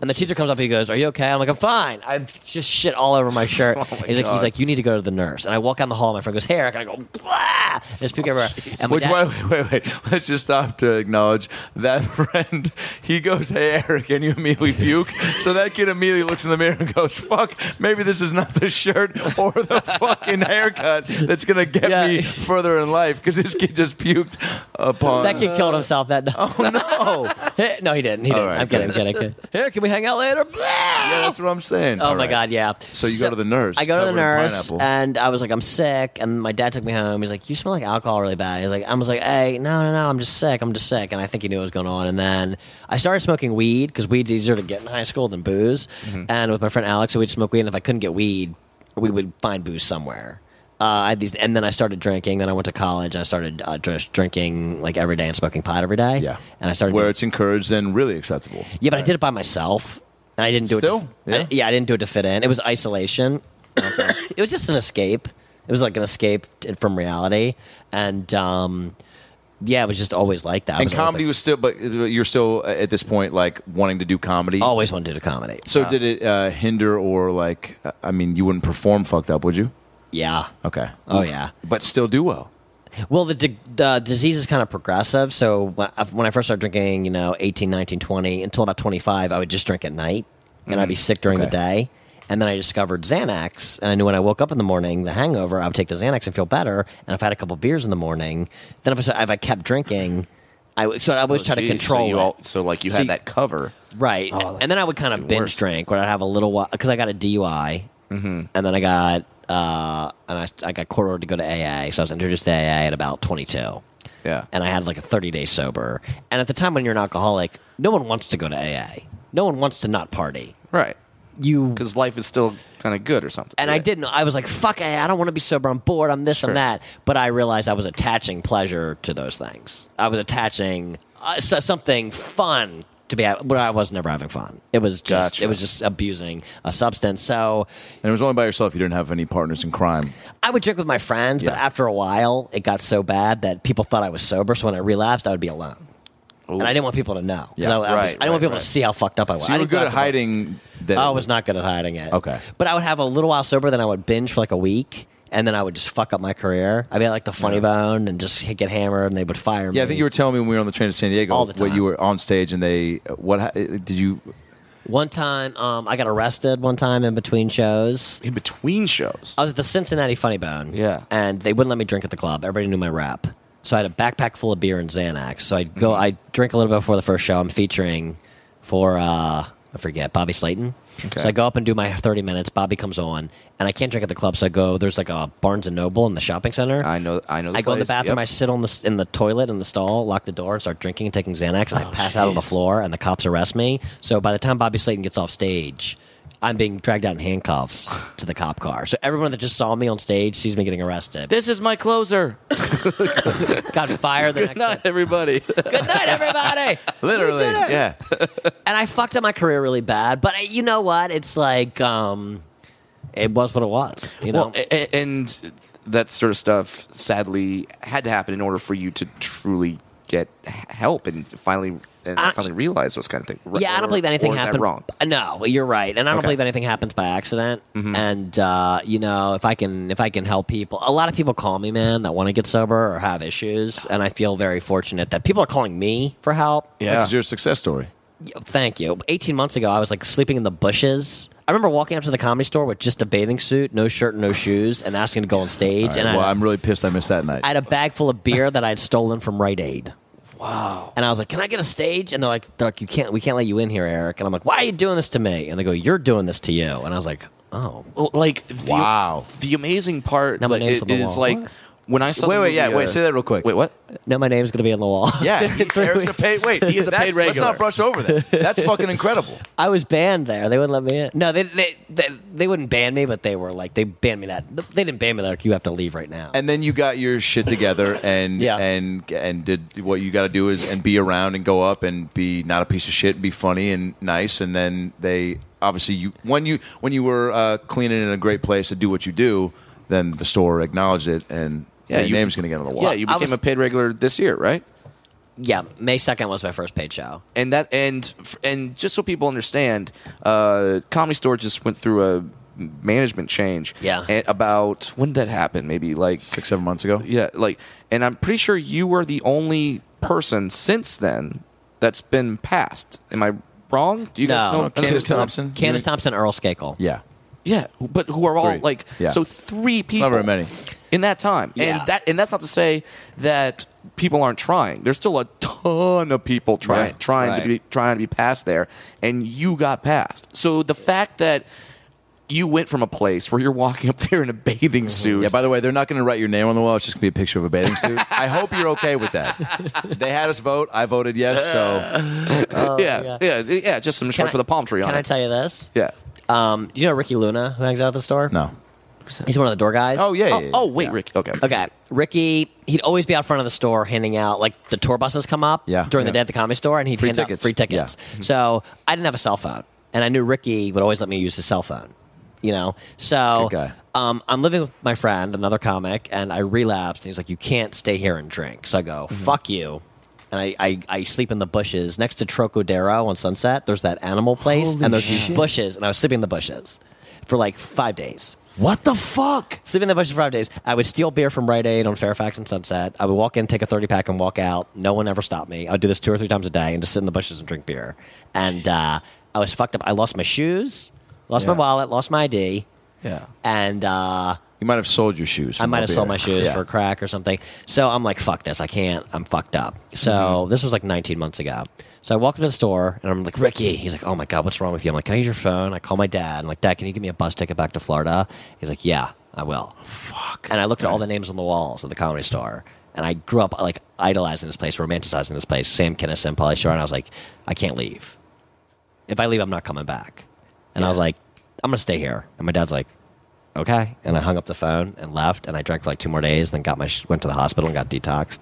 and the teacher comes up and he goes, Are you okay? I'm like, I'm fine. I just shit all over my shirt. Oh my he's like, God. he's like, You need to go to the nurse. And I walk down the hall, and my friend goes, Here, and I go, Blah! And there's puke everywhere. And my Oh, Which wait, dad- wait, wait, wait. Let's just stop to acknowledge that friend. He goes, "Hey, Eric," and you immediately puke. so that kid immediately looks in the mirror and goes, "Fuck, maybe this is not the shirt or the fucking haircut that's gonna get Yeah. me further in life." Because this kid just puked upon. Oh, That kid killed himself that night. no. Eh, no, he didn't. He All didn't. right, I'm kidding. I'm good. kidding. I'm kidding. Here, can we hang out later? Yeah, that's what I'm saying. Oh All my right. god, yeah. So you go to the nurse, I go to covered the in nurse, pineapple. and I was like, I'm sick, and my dad took me home. He's like, you smell like alcohol really bad. He's like, I was like, hey, no, no, no, I'm just sick. I'm just sick, and I think he knew what was going on. And then I started smoking weed because weed's easier to get in high school than booze. Mm-hmm. And with my friend Alex, so we'd smoke weed, and if I couldn't get weed, we would find booze somewhere. Uh, I had these, and then I started drinking. Then I went to college. And I started uh, just drinking like every day and smoking pot every day. Yeah. and I started Where it's encouraged and really acceptable. yeah, but I did it by myself, and I didn't do Still? it. To, yeah. Yeah. I, yeah, I didn't do it to fit in. It was isolation. it was just an escape. It was like an escape t- from reality, and um, yeah, it was just always like that. I And always comedy like- was still, but you're still uh, at this point like wanting to do comedy. always wanted to do comedy. So did it uh, hinder or like? uh, I mean, you wouldn't perform fucked up, would you? Yeah. Okay. Oh yeah. But still do well. Well, the, di- the disease is kind of progressive. So when I, when I first started drinking, you know, 18, 19, 20, until about 25, I would just drink at night and Mm-hmm. I'd be sick during the day. And then I discovered Xanax. And I knew when I woke up in the morning, the hangover, I would take the Xanax and feel better. And if I had a couple beers in the morning, then if I, sta- if I kept drinking, I, would- so I always try to Oh, Geez, control So, you it. all, so like you So had you- that cover. Right. and then I would kind of even binge worse. Mm-hmm. drink where I'd have a little while because I got a DUI. And then I got, uh, and I, I got quartered to go to AA. So I was introduced to AA at about 22. Yeah. And I had like a 30 day sober. And at the time when you're an alcoholic, no one wants to go to AA. No one wants to not party. Right. You Because life is still kind of good or something. and I Right. didn't. I was like, "Fuck! I, I don't want to be sober. I'm bored. I'm this. I'm that." But I realized I was attaching pleasure to those things. I was attaching uh, so, something fun to be, but I was never having fun. It was just, Gotcha. it was just abusing a substance. So And it was only by yourself. You didn't have any partners in crime. I would drink with my friends, but Yeah. after a while, it got so bad that people thought I was sober. So when I relapsed, I would be alone. And I didn't want people to know. 'Cause Yeah. I, I was- Right, I didn't want right, people right. to see how fucked up I was. So you I were didn't go good out at to bars. hiding. That I was not good at hiding it. Okay. But I would have a little while sober, then I would binge for like a week, and then I would just fuck up my career. I'd be at, like the funny bone and just hit- get hammered, and they would fire me. Yeah, I think you were telling me when we were on the train to San Diego All the what time. you were on stage and they uh, what ha- did you? One time, um, I got arrested one time in between shows. In between shows. I was at the Cincinnati Funny Bone. Yeah. And they wouldn't let me drink at the club. Everybody knew my rap. So I had a backpack full of beer and Xanax. So I'd Mm-hmm. go, I'd drink a little bit before the first show. I'm featuring for, uh, I forget, Bobby Slayton. Okay. So I go up and do my 30 minutes. Bobby comes on, and I can't drink at the club. So I go, there's like a Barnes and Noble in the shopping center. I know. I know. The I go in the place. bathroom. Yep. I sit on the in the toilet in the stall, lock the door, start drinking and taking Xanax, Oh, and I pass out on the floor, and the cops arrest me. So by the time Bobby Slayton gets off stage, I'm being dragged out in handcuffs to the cop car. So everyone that just saw me on stage sees me getting arrested. This is my closer. Got fired the next Not day. everybody. Good night, everybody. Literally, We did it. yeah. And I fucked up my career really bad. But I, you know what? It's like um, it was what it was. You know. Well, a- a- and that sort of stuff sadly had to happen in order for you to truly get h- help and finally and I- finally realized those kind of things. Yeah, I don't believe anything or is that happened. wrong. No, you're right, and I don't Okay. Mm-hmm. believe anything happens by accident. And uh, you know, if I can, if I can help people, a lot of people call me, man, that want to get sober or have issues, and I feel very fortunate that people are calling me for help. Yeah. Because you're a success story. Thank you. 18 months ago, I was like sleeping in the bushes. I remember walking up to the comedy store with just a bathing suit, no shirt, and no shoes, and asking to go on stage. All right, and I, well, I'm really pissed I missed that night. I had a bag full of beer that I had stolen from Rite Aid. Wow. And I was like, "Can I get a stage?" And they're like, "They're like, you can't. We can't let you in here, Eric." And I'm like, "Why are you doing this to me?" And they go, "You're doing this to you." And I was like, "Oh, Well, like the, Wow. the amazing part Now my like, name's it- on the is wall. like What? when I saw Wait, the wait, yeah, movie, wait, uh, say that real quick. Wait, what? no, my name's gonna be on the wall." yeah, In he- three Eric's a weeks. paid. Wait, He is a that's- paid Let's regular. not brush over that. That's fucking incredible. I was banned there. They wouldn't let me in. No, they they, they they wouldn't ban me, but they were like, they banned me that. They didn't ban me like you have to leave right now. And then you got your shit together and Yeah. and and did what you got to do is and be around and go up and be not a piece of shit and be funny and nice and then they obviously you when you when you were uh, clean and in a great place to do what you do then the store acknowledged it and Yeah, yeah, you- your name's gonna get on the wall. Yeah, you I became was- a paid regular this year, right? yeah, May second was my first paid show. and that and and just so people understand, uh, Comedy Store just went through a management change. Yeah. A- about when did that happen? Maybe like six seven months ago. yeah, like, and I'm pretty sure you were the only person since then that's been passed. Am I wrong? Do you guys No. know? Candace Thompson. Candace Thompson, Earl Skakel. Yeah, Yeah, but who are all Three. like Yeah. so three people? not very many. in that time, Yeah. and that and that's not to say that people aren't trying. There's still a ton of people trying Right, trying right. to be trying to be passed there, and you got passed. So the fact that you went from a place where you're walking up there in a bathing suit. Mm-hmm. Yeah, by the way, they're not going to write your name on the wall. It's just going to be a picture of a bathing suit. I hope you're okay with that. They had us vote. I voted yes. So yeah, yeah, yeah, just some Oh, Can shorts I- with a palm tree on Can I it. tell you this? yeah. Um, you know Ricky Luna who hangs out at the store? no. He's one of the door guys. Oh yeah. yeah, Oh, yeah. oh, wait, Rick. Okay. Okay. Ricky, he'd always be out front of the store handing out like the tour buses come up Yeah. during the Yeah. day at the comedy store and he'd Free hand tickets. Mm-hmm. out free tickets. So I didn't have a cell phone. And I knew Ricky would always let me use his cell phone. You know? So Good guy. um, I'm living with my friend, another comic, and I relapsed and he's like, You can't stay here and drink. So I go, Mm-hmm. Fuck you. And I, I, I sleep in the bushes next to Trocadero on Sunset. There's that animal place, and there's these bushes, and I was sleeping in the bushes for like five days. What the fuck? Sleeping in the bushes for five days. I would steal beer from Rite Aid on Fairfax and Sunset. I would walk in, take a 30 pack, and walk out. No one ever stopped me. I would do this two or three times a day and just sit in the bushes and drink beer. And uh, I was fucked up. I lost my shoes, lost my Yeah. wallet, lost my ID. Yeah. And uh, You might have sold your shoes. I for might more have sold beer. my shoes Yeah. for crack or something. So I'm like, fuck this. I can't. I'm fucked up. So this was like 19 months ago. So I walk into the store and I'm like, Ricky. He's like, oh my God, what's wrong with you? I'm like, can I use your phone? I call my dad. I'm like, dad, can you give me a bus ticket back to Florida? He's like, yeah, I will. Fuck. And I looked at all the names on the walls of the comedy store. And I grew up like idolizing this place, romanticizing this place, Sam Kinison, Polly Shore. And I was like, I can't leave. If I leave, I'm not coming back. And I was like, I'm going to stay here. And my dad's like, okay. And I hung up the phone and left. And I drank for like two more days. Then got my sh- went to the hospital and got detoxed.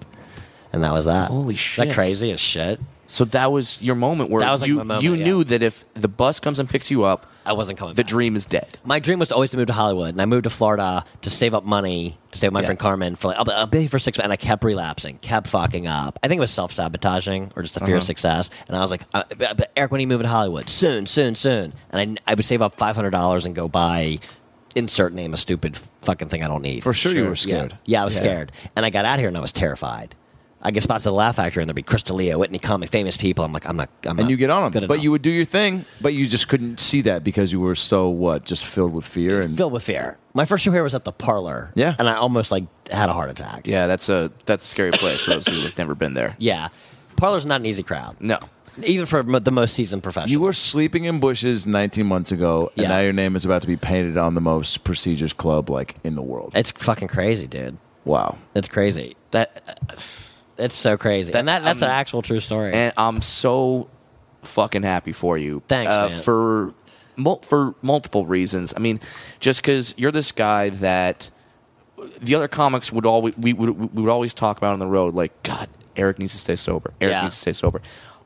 And that was that. Holy Is shit. That crazy as shit. So that was your moment where That was, like, you my moment, you yeah. knew that if the bus comes and picks you up, I wasn't coming. the back. dream is dead. My dream was to always to move to Hollywood, and I moved to Florida to save up money to save my Yeah. friend Carmen for like I'll, be- I'll be here for six months, and I kept relapsing, kept fucking up. I think it was self sabotaging or just a Uh-huh. fear of success. And I was like, uh, but but Eric, when are you moving to Hollywood? Soon, soon, soon. And I, I would save up five hundred dollars and go buy insert name a stupid fucking thing I don't need. For sure, you were Yeah. scared. Yeah, I was scared. And I got out here and I was terrified. I get spots at the Laugh Factory and there'd be Crystalia, Whitney Cumming, famous people. I'm like, I'm not. I'm And not you get on good them, but enough. you would do your thing, but you just couldn't see that because you were so what, just filled with fear and filled with fear. My first show here was at the parlor. Yeah. And I almost like had a heart attack. Yeah, that's a that's a scary place for those who have never been there. Yeah. Parlor's not an easy crowd. No. Even for mo- the most seasoned professional. You were sleeping in bushes 19 months ago, Yeah. and now your name is about to be painted on the most prestigious club like in the world. it's fucking crazy, dude. wow. It's crazy. That It's so crazy. and that, that's um, an actual true story. and I'm so fucking happy for you. Uh, Thanks, man. for mul- for multiple reasons. I mean, just because you're this guy that the other comics would always we would we would always talk about on the road, like God, Eric needs to stay sober. Eric Yeah. needs to stay sober.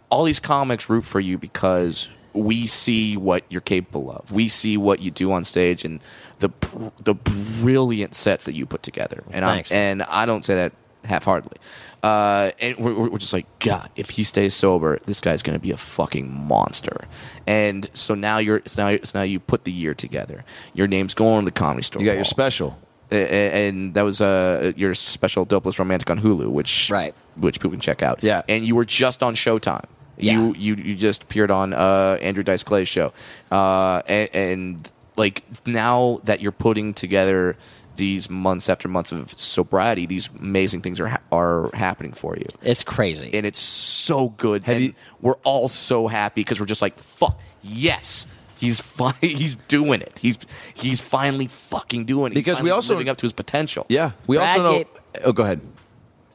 All these comics root for you because we see what you're capable of. We see what you do on stage and the br- the brilliant sets that you put together. And thanks, I man. and I don't say that half-heartedly. Uh, and we're, we're we're just like, God, if he stays sober, this guy's going to be a fucking monster. And so now you're, it's now, it's now you put the year together. Your name's going to the comedy store. You got your wall special. a- and that was uh, your special Dopeless Romantic on Hulu, which Right. which people can check out. Yeah. and you were just on Showtime. You you you just appeared on uh, Andrew Dice Clay's show, uh, and, and like now that you're putting together these months after months of sobriety, these amazing things are ha- are happening for you, It's crazy. and it's so good. Have and you- we're all so happy because we're just like fuck yes. He's fi- he's doing it. He's he's finally fucking doing it. He's Because we finally also- living up to his potential. Yeah. We Brad also know. Gape- Oh, go ahead.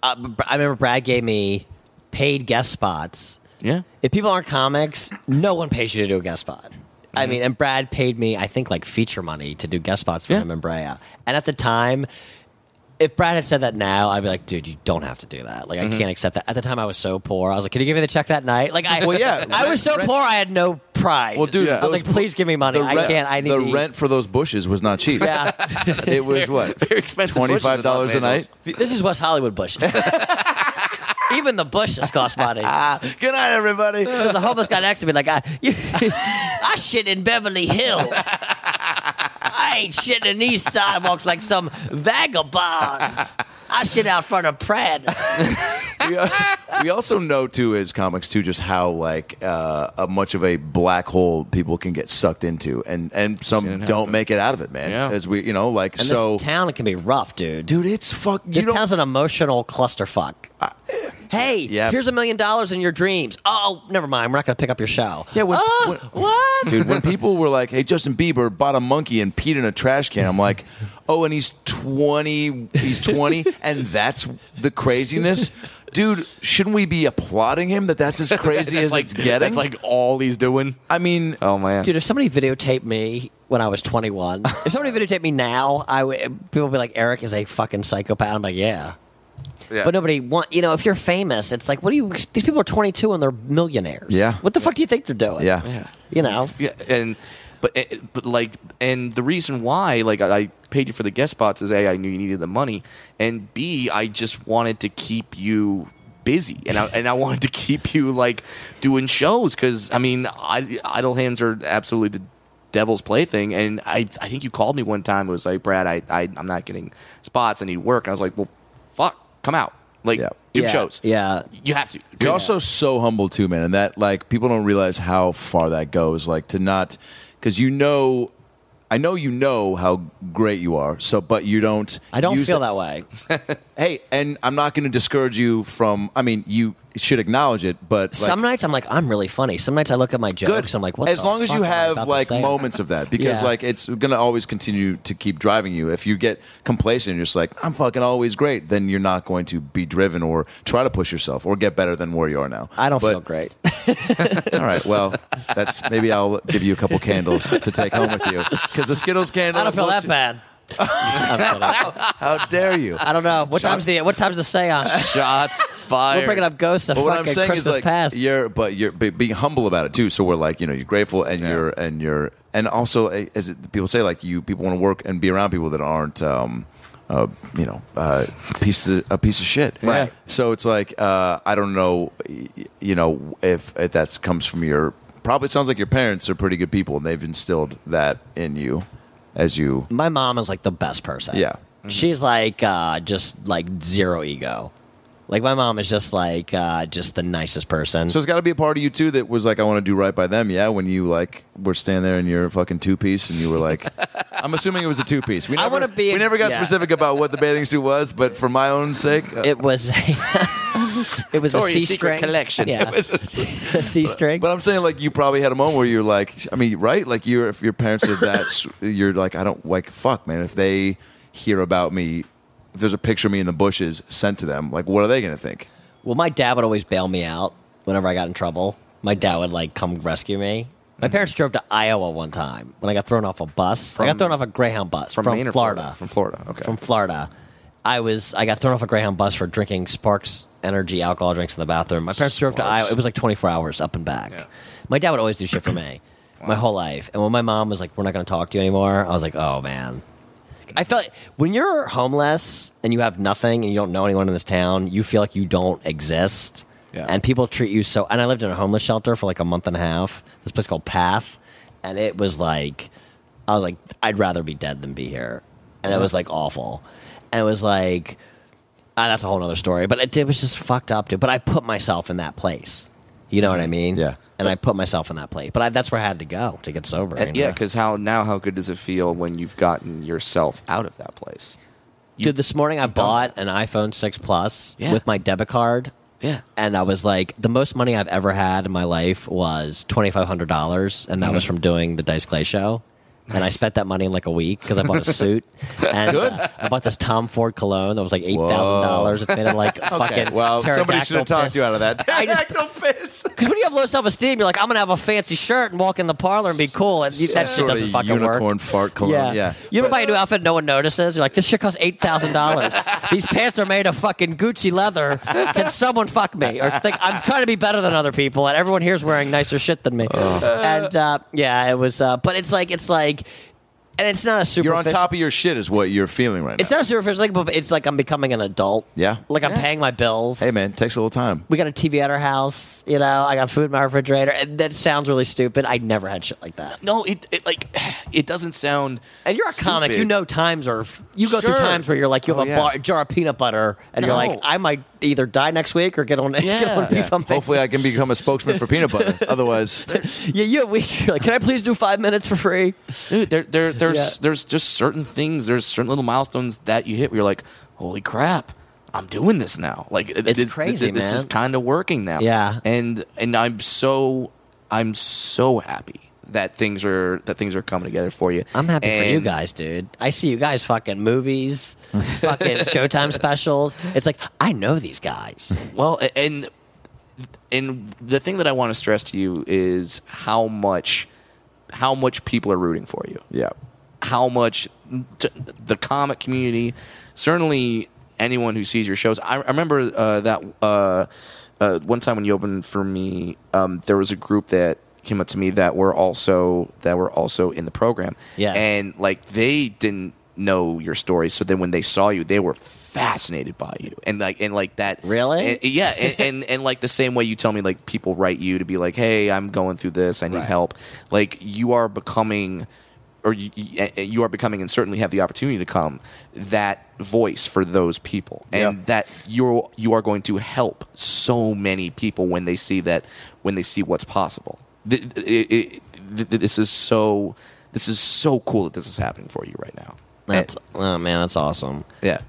uh, Br- I remember Brad gave me paid guest spots. Yeah. If people aren't comics, no one pays you to do a guest spot. I Mm-hmm. mean, and Brad paid me, I think, like feature money to do guest spots for Yeah. him and Brea. And at the time, if Brad had said that now, I'd be like, dude, you don't have to do that. Like, Mm-hmm. I can't accept that. At the time, I was so poor. I was like, can you give me the check that night? Like, I, Well, yeah, I was so rent- poor, I had no pride. Well, dude, Yeah. I was like, those- please give me money. The I rent- can't. I need the to eat. rent for those bushes was not cheap. Yeah. It was what Very expensive bushes in twenty Los five dollars a night. Angeles. this is West Hollywood Bush. Even the bushes cost money. Good night, everybody. Because the homeless guy next to me, like, I, I shit in Beverly Hills. I ain't shitting in these sidewalks like some vagabond. I shit out front of Pratt. we, uh, we also know too as comics too just how like uh, a much of a black hole people can get sucked into, and and some don't make it out of it, man. Yeah. As we, you know, like And so, this town can be rough, dude. dude, it's fuck. You this don't. town's an emotional clusterfuck. hey, Yeah. here's a million dollars in your dreams. Oh, never mind. We're not going to pick up your show. Yeah, when- oh, what? Dude, when people were like, "Hey, Justin Bieber bought a monkey and peed in a trash can," I'm like, "Oh, and he's 20, he's 20, and that's the craziness, dude." Shouldn't we be applauding him that that's as crazy That's as like it's getting? That's like all he's doing. I mean, Oh man. Dude, if somebody videotaped me when I was 21, if somebody videotaped me now, I would people would be like, Eric is a fucking psychopath. I'm like, yeah. Yeah. But nobody want you know if you're famous, it's like what do you? These people are 22 and they're millionaires. Yeah. What the fuck do you think they're doing? Yeah. Yeah. You know. Yeah, and but eh, but like and the reason why like I I paid you for the guest spots is a I knew you needed the money, and b I just wanted to keep you busy and I and I wanted to keep you like doing shows because I mean I, idle hands are absolutely the devil's plaything and I I think you called me one time it was like Brad I, I I'm not getting spots I need work and I was like well fuck come out like Yeah. do yeah. shows Yeah. you have to You're also so humble too, man, and that like people don't realize how far that goes. Like to not, because you know, I know you know how great you are. So, but you don't. I don't use feel it- that way. Hey, and I'm not going to discourage you from. I mean, you should acknowledge it, but like, Some nights I'm like I'm really funny. Some nights I look at my jokes. good. I'm like, what? As the long as fuck you am I have about to like say? moments of that, because Yeah. like it's going to always continue to keep driving you. If you get complacent, and you're just like, I'm fucking always great. Then you're not going to be driven or try to push yourself or get better than where you are now. I don't But- feel great. All right. Well, that's maybe I'll give you a couple candles to take home with you because the Skittles candle. I don't feel that won't- bad. I don't feel that bad. How dare you? I don't know. What time's the what time's the seance? shots fired We're bringing up ghosts of But what I'm fucking saying Christmas is like past. you're, but you're be, being humble about it too. So we're like, you know, you're grateful and Yeah. you're and you're and also eh, as it- people say, like you people want to work and be around people that aren't. Um, uh, you know, uh, piece of, a piece of shit. Right. So it's like uh, I don't know, y- you know, if, if that comes from your. Probably sounds like your parents are pretty good people, and they've instilled that in you as you my mom is like the best person. Yeah. She's like uh, just like zero ego. Like my mom is just like uh, just the nicest person. So it's got to be a part of you too that was like, I want to do right by them. Yeah, when you like were standing there in your fucking two piece and you were like, I'm assuming it was a two piece. We I never, wanna be a- we never got yeah. specific about what the bathing suit was, but for my own sake, uh, it was it was a Victoria's C Secret string collection. Yeah, It was a C string. but I'm saying like you probably had a moment where you're like, I mean, right? Like you're if your parents are that, s- you're like, I don't like fuck, man. If they hear about me, if there's a picture of me in the bushes sent to them, like what are they gonna think? Well, my dad would always bail me out whenever I got in trouble. My dad would like come rescue me. My parents drove to Iowa one time when I got thrown off a bus. I got From- thrown off a Greyhound bus from, Maine or Florida. From Florida. Okay. From Florida. I was I got thrown off a Greyhound bus for drinking Sparks energy alcohol drinks in the bathroom. My parents drove to Sparks. Iowa. It was like 24 hours up and back. Yeah. My dad would always do shit for me my whole life. And when my mom was like, "We're not going to talk to you anymore," I was like, "Oh man." 'Cause happen. I feel like when you're homeless and you have nothing and you don't know anyone in this town, you feel like you don't exist. Yeah. And people treat you so. And I lived in a homeless shelter for like a month and a half. This place called Path, and it was like, I was like, I'd rather be dead than be here, and it was like awful, and it was like, ah, that's a whole other story. But it, it was just fucked up, dude. But I put myself in that place. You know what Mm-hmm. I mean? Yeah. And I put myself in that place, but I, that's where I had to go to get sober. And you Uh, yeah, know? because how now? How good does it feel when you've gotten yourself out of that place? Dude, this morning I bought an iPhone 6 Plus Yeah. with my debit card. Yeah. And I was like, the most money I've ever had in my life was $2,500. And that Mm-hmm. was from doing the Dice Clay show. And I spent that money in like a week because I bought a suit. and uh, I bought this Tom Ford cologne that was like $8,000. It's made of like fucking. well, somebody pterodactyl should have talked piss. you out of that. I just- piss. Because when you have low self esteem, you're like, I'm going to have a fancy shirt and walk in the parlor and be cool. And you- that shit doesn't fucking unicorn work. fart cologne. Yeah. Yeah. You ever buy a new outfit no one notices? You're like, this shit costs eight thousand dollars. These pants are made of fucking Gucci leather. Can someone fuck me? Or think I'm trying to be better than other people, and everyone here's wearing nicer shit than me. And uh, yeah, it was. Uh, but it's like it's like, and it's not a super. You're on top of your shit, is what you're feeling right It's now. not a superficial thing, but it's like I'm becoming an adult. Yeah. Like I'm paying my bills. hey, man, takes a little time. We got a TV at our house. You know, I got food in my refrigerator. And that sounds really stupid. I never had shit like that. No, it, it like it doesn't sound. And you're a comic. stupid. You know times are. You go through Sure. times where you're like, you have Oh, a yeah. bar, jar of peanut butter, and you're like, No. I might either die next week or get on. Get Yeah. on Yeah. Beef on Base. Hopefully, I can become a spokesman for peanut butter. Otherwise, Yeah, you have weeks. You're like, can I please do five minutes for free? dude. There, there, there's, Yeah. there's just certain things. There's certain little milestones that you hit where you're like, holy crap. I'm doing this now. Like it- It's it- crazy, This is man. kind of working now. Yeah. and and I'm so I'm so happy that things are that things are coming together for you. I'm happy for you And- guys, dude. I see you guys fucking movies, fucking Showtime specials. It's like I know these guys. Well, a- and and the thing that I want to stress to you is how much how much people are rooting for you. yeah. How much t- the comic community, certainly anyone who sees your shows. I, I remember uh, that uh, uh, one time when you opened for me, um, there was a group that came up to me that were also that were also in the program. Yeah. and like they didn't know your story, so then when they saw you, they were fascinated by you, and like and like that Really? and- yeah and, and and like the same way you tell me like people write you to be like hey i'm going through this i need help like you are becoming or you, you eh, you are becoming and certainly have the opportunity to come that voice for those people and Yeah. that you're you are going to help so many people when they see that when they see what's possible Th- it- it- th- th- this is so this is so cool that this is happening for you right now That's oh man, that's awesome. yeah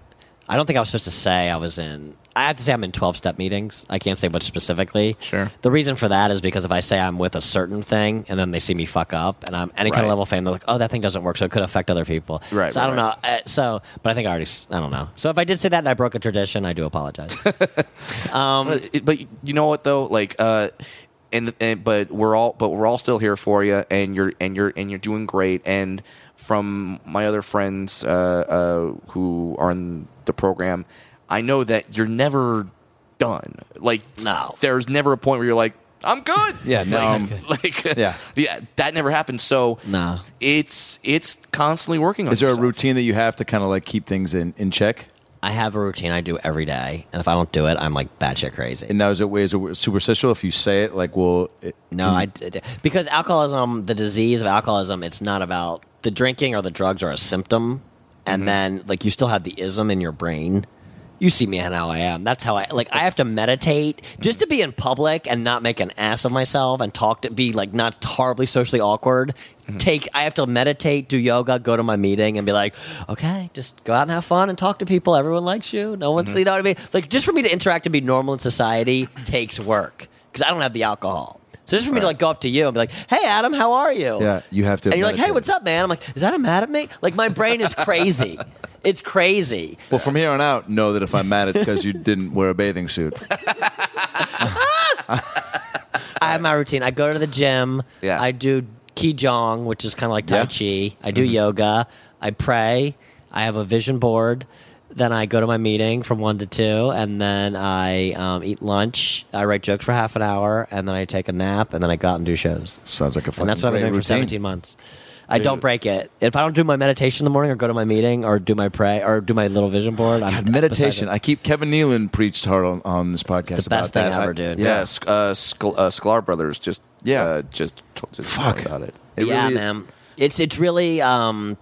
I don't think I was supposed to say I was in. I have to say I'm in 12 step meetings. I can't say much specifically. Sure. The reason for that is because if I say I'm with a certain thing and then they see me fuck up and I'm any kind Right. of level of fame, they're like, oh, that thing doesn't work, so it could affect other people. Right, So I right, don't know. Uh, so, but I think I already, s- I don't know. So if I did say that and I broke a tradition, I do apologize. But- but you know what though like uh and, and but we're all but we're all still here for you and you're and you're and you're doing great and from my other friends uh, uh who are in the program i know that you're never done like No. there's never a point where you're like i'm good Yeah, no, like, I'm good. like Yeah. yeah that never happens so No. it's it's constantly working on Is there a yourself. routine that you have to kind of like keep things in, in check? I have a routine I do every day, and if I don't do it, I'm like batshit crazy. And now is it is it superficial if you say it like well it, No, I d- d- because alcoholism, the disease of alcoholism, it's not about the drinking or the drugs are a symptom, and then like you still have the ism in your brain. You see me and how I am. That's how I like. I have to meditate just to be in public and not make an ass of myself and talk to be like not horribly socially awkward. Take I have to meditate, do yoga, go to my meeting, and be like, okay, just go out and have fun and talk to people. Everyone likes you. No one's you know what I mean. Like just for me to interact and be normal in society takes work because I don't have the alcohol. So just for me to like go up to you and be like, "Hey, Adam, how are you?" Yeah, you have to And you're like, "Hey, meditate. what's up, man?" I'm like, "Is that a mad at me?" Like my brain is crazy. it's crazy. Well, from here on out, know that if I'm mad, it's because you didn't wear a bathing suit. I have my routine. I go to the gym. Yeah. I do Qigong, which is kind of like Tai Yeah. Mm-hmm. Chi. I do yoga. I pray. I have a vision board. Then I go to my meeting from one to two, and then I um, eat lunch. I write jokes for half an hour, and then I take a nap, and then I go out and do shows. Sounds like a fucking and that's what I've great been doing for routine. 17 months. I don't break it. If I don't do my meditation in the morning, or go to my meeting, or do my pray, or do my little vision board, I'm God, beside meditation. it. I keep Kevin Nealon preached hard on, on this podcast It's the best about thing that. I- ever, dude. Yeah, Sk- uh, Skl- uh, Sklar brothers just Yeah. uh, just, just Fuck. about it. It yeah, really- man. It's it's really um,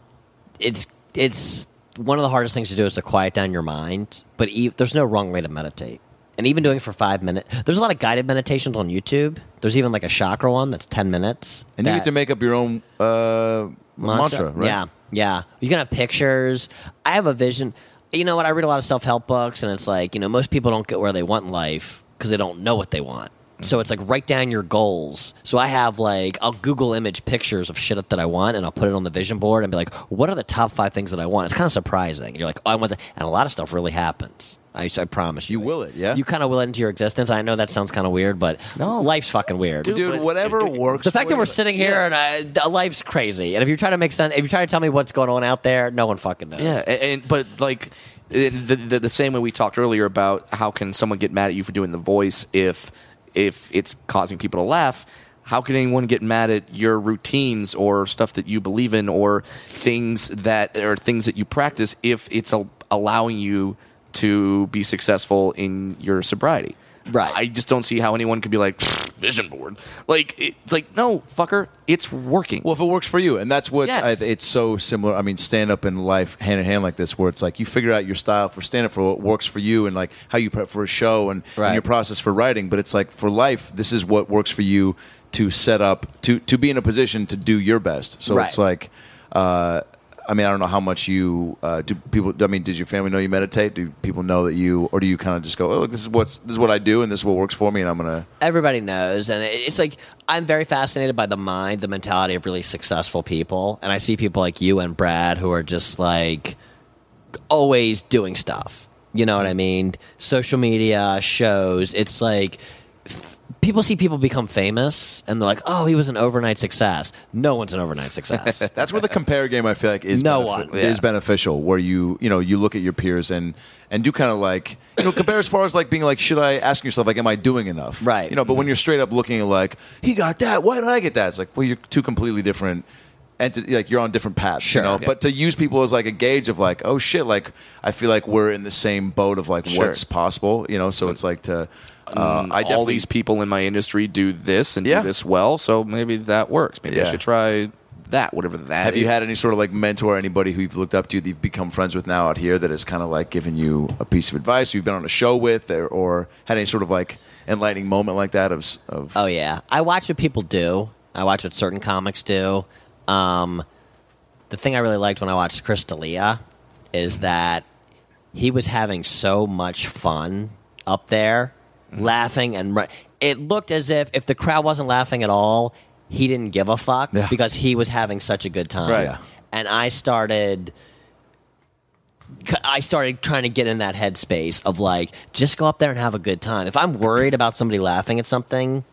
it's it's one of the hardest things to do is to quiet down your mind. But e- there's no wrong way to meditate, and even doing it for five minutes. There's a lot of guided meditations on YouTube. There's even like a chakra one that's ten minutes. And you that- get to make up your own uh, mantra, right? Yeah, yeah. You can have pictures. I have a vision. You know what? I read a lot of self help books, and it's like you know most people don't get where they want in life because they don't know what they want. So it's like write down your goals. So I have like I'll Google image pictures of shit that I want, and I'll put it on the vision board and be like, what are the top five things that I want? It's kind of surprising. And you're like, oh, I want that, and a lot of stuff really happens. I, I promise you. You will it, yeah? You kind of will it into your existence. I know that sounds kind of weird, but no, life's fucking weird. Dude, whatever works. The fact that for we're you. sitting here and uh, life's crazy, and if you try to make sense, if you try to tell me what's going on out there, no one fucking knows. Yeah, and, and but like in the, the the same way we talked earlier about how can someone get mad at you for doing the voice if if it's causing people to laugh. How can anyone get mad at your routines or stuff that you believe in or things that or things that you practice if it's al- allowing you to be successful in your sobriety? Right. I just don't see how anyone could be like "Pfft, vision board. Like it's like no fucker, it's working. Well, if it works for you, and that's what Yes. I, it's so similar. I mean, stand up and life hand in hand like this, where it's like you figure out your style for stand up for what works for you, and like how you prep for a show and, and Right. your process for writing. But it's like for life, this is what works for you to set up to to be in a position to do your best. So Right. it's like, uh, I mean, I don't know how much you uh, do. People, I mean, does your family know you meditate? Do people know that you, or do you kind of just go, oh, look, this is what's this is what I do, and this is what works for me, and I'm gonna. everybody knows and it- it's like i'm very fascinated by the mind the mentality of really successful people and i see people like you and brad who are just like always doing stuff you know what i mean social media shows it's like f- people see people become famous and they're like oh he was an overnight success no one's an overnight success That's where the compare game I feel like is No benefi- one. is beneficial. Where you you know you look at your peers and and do kind of like you know compare as far as like being like should I asking yourself like am I doing enough Right. you know but when you're straight up looking at like he got that why did I get that it's like well you're two completely different entity like you're on different paths Sure. you know Yeah. but to use people as like a gauge of like oh shit like I feel like we're in the same boat of like Sure. what's possible you know so it's like to mm, uh, I all definitely these people in my industry do this and Yeah. do this well, so maybe that works. Maybe Yeah. I should try that, whatever that Have you is. had any sort of like mentor, anybody who you've looked up to that you've become friends with now out here that has kind of like given you a piece of advice you've been on a show with or, or had any sort of like enlightening moment like that of, s- of Oh yeah, I watch what people do. I watch what certain comics do. Um, the thing I really liked when I watched Chris D'Elia is that he was having so much fun up there, Mm-hmm. laughing and ru- it looked as if if the crowd wasn't laughing at all, he didn't give a fuck Yeah. because he was having such a good time. Right. Yeah. And I started. c- I started trying to get in that headspace of like, just go up there and have a good time. If I'm worried about somebody laughing at something,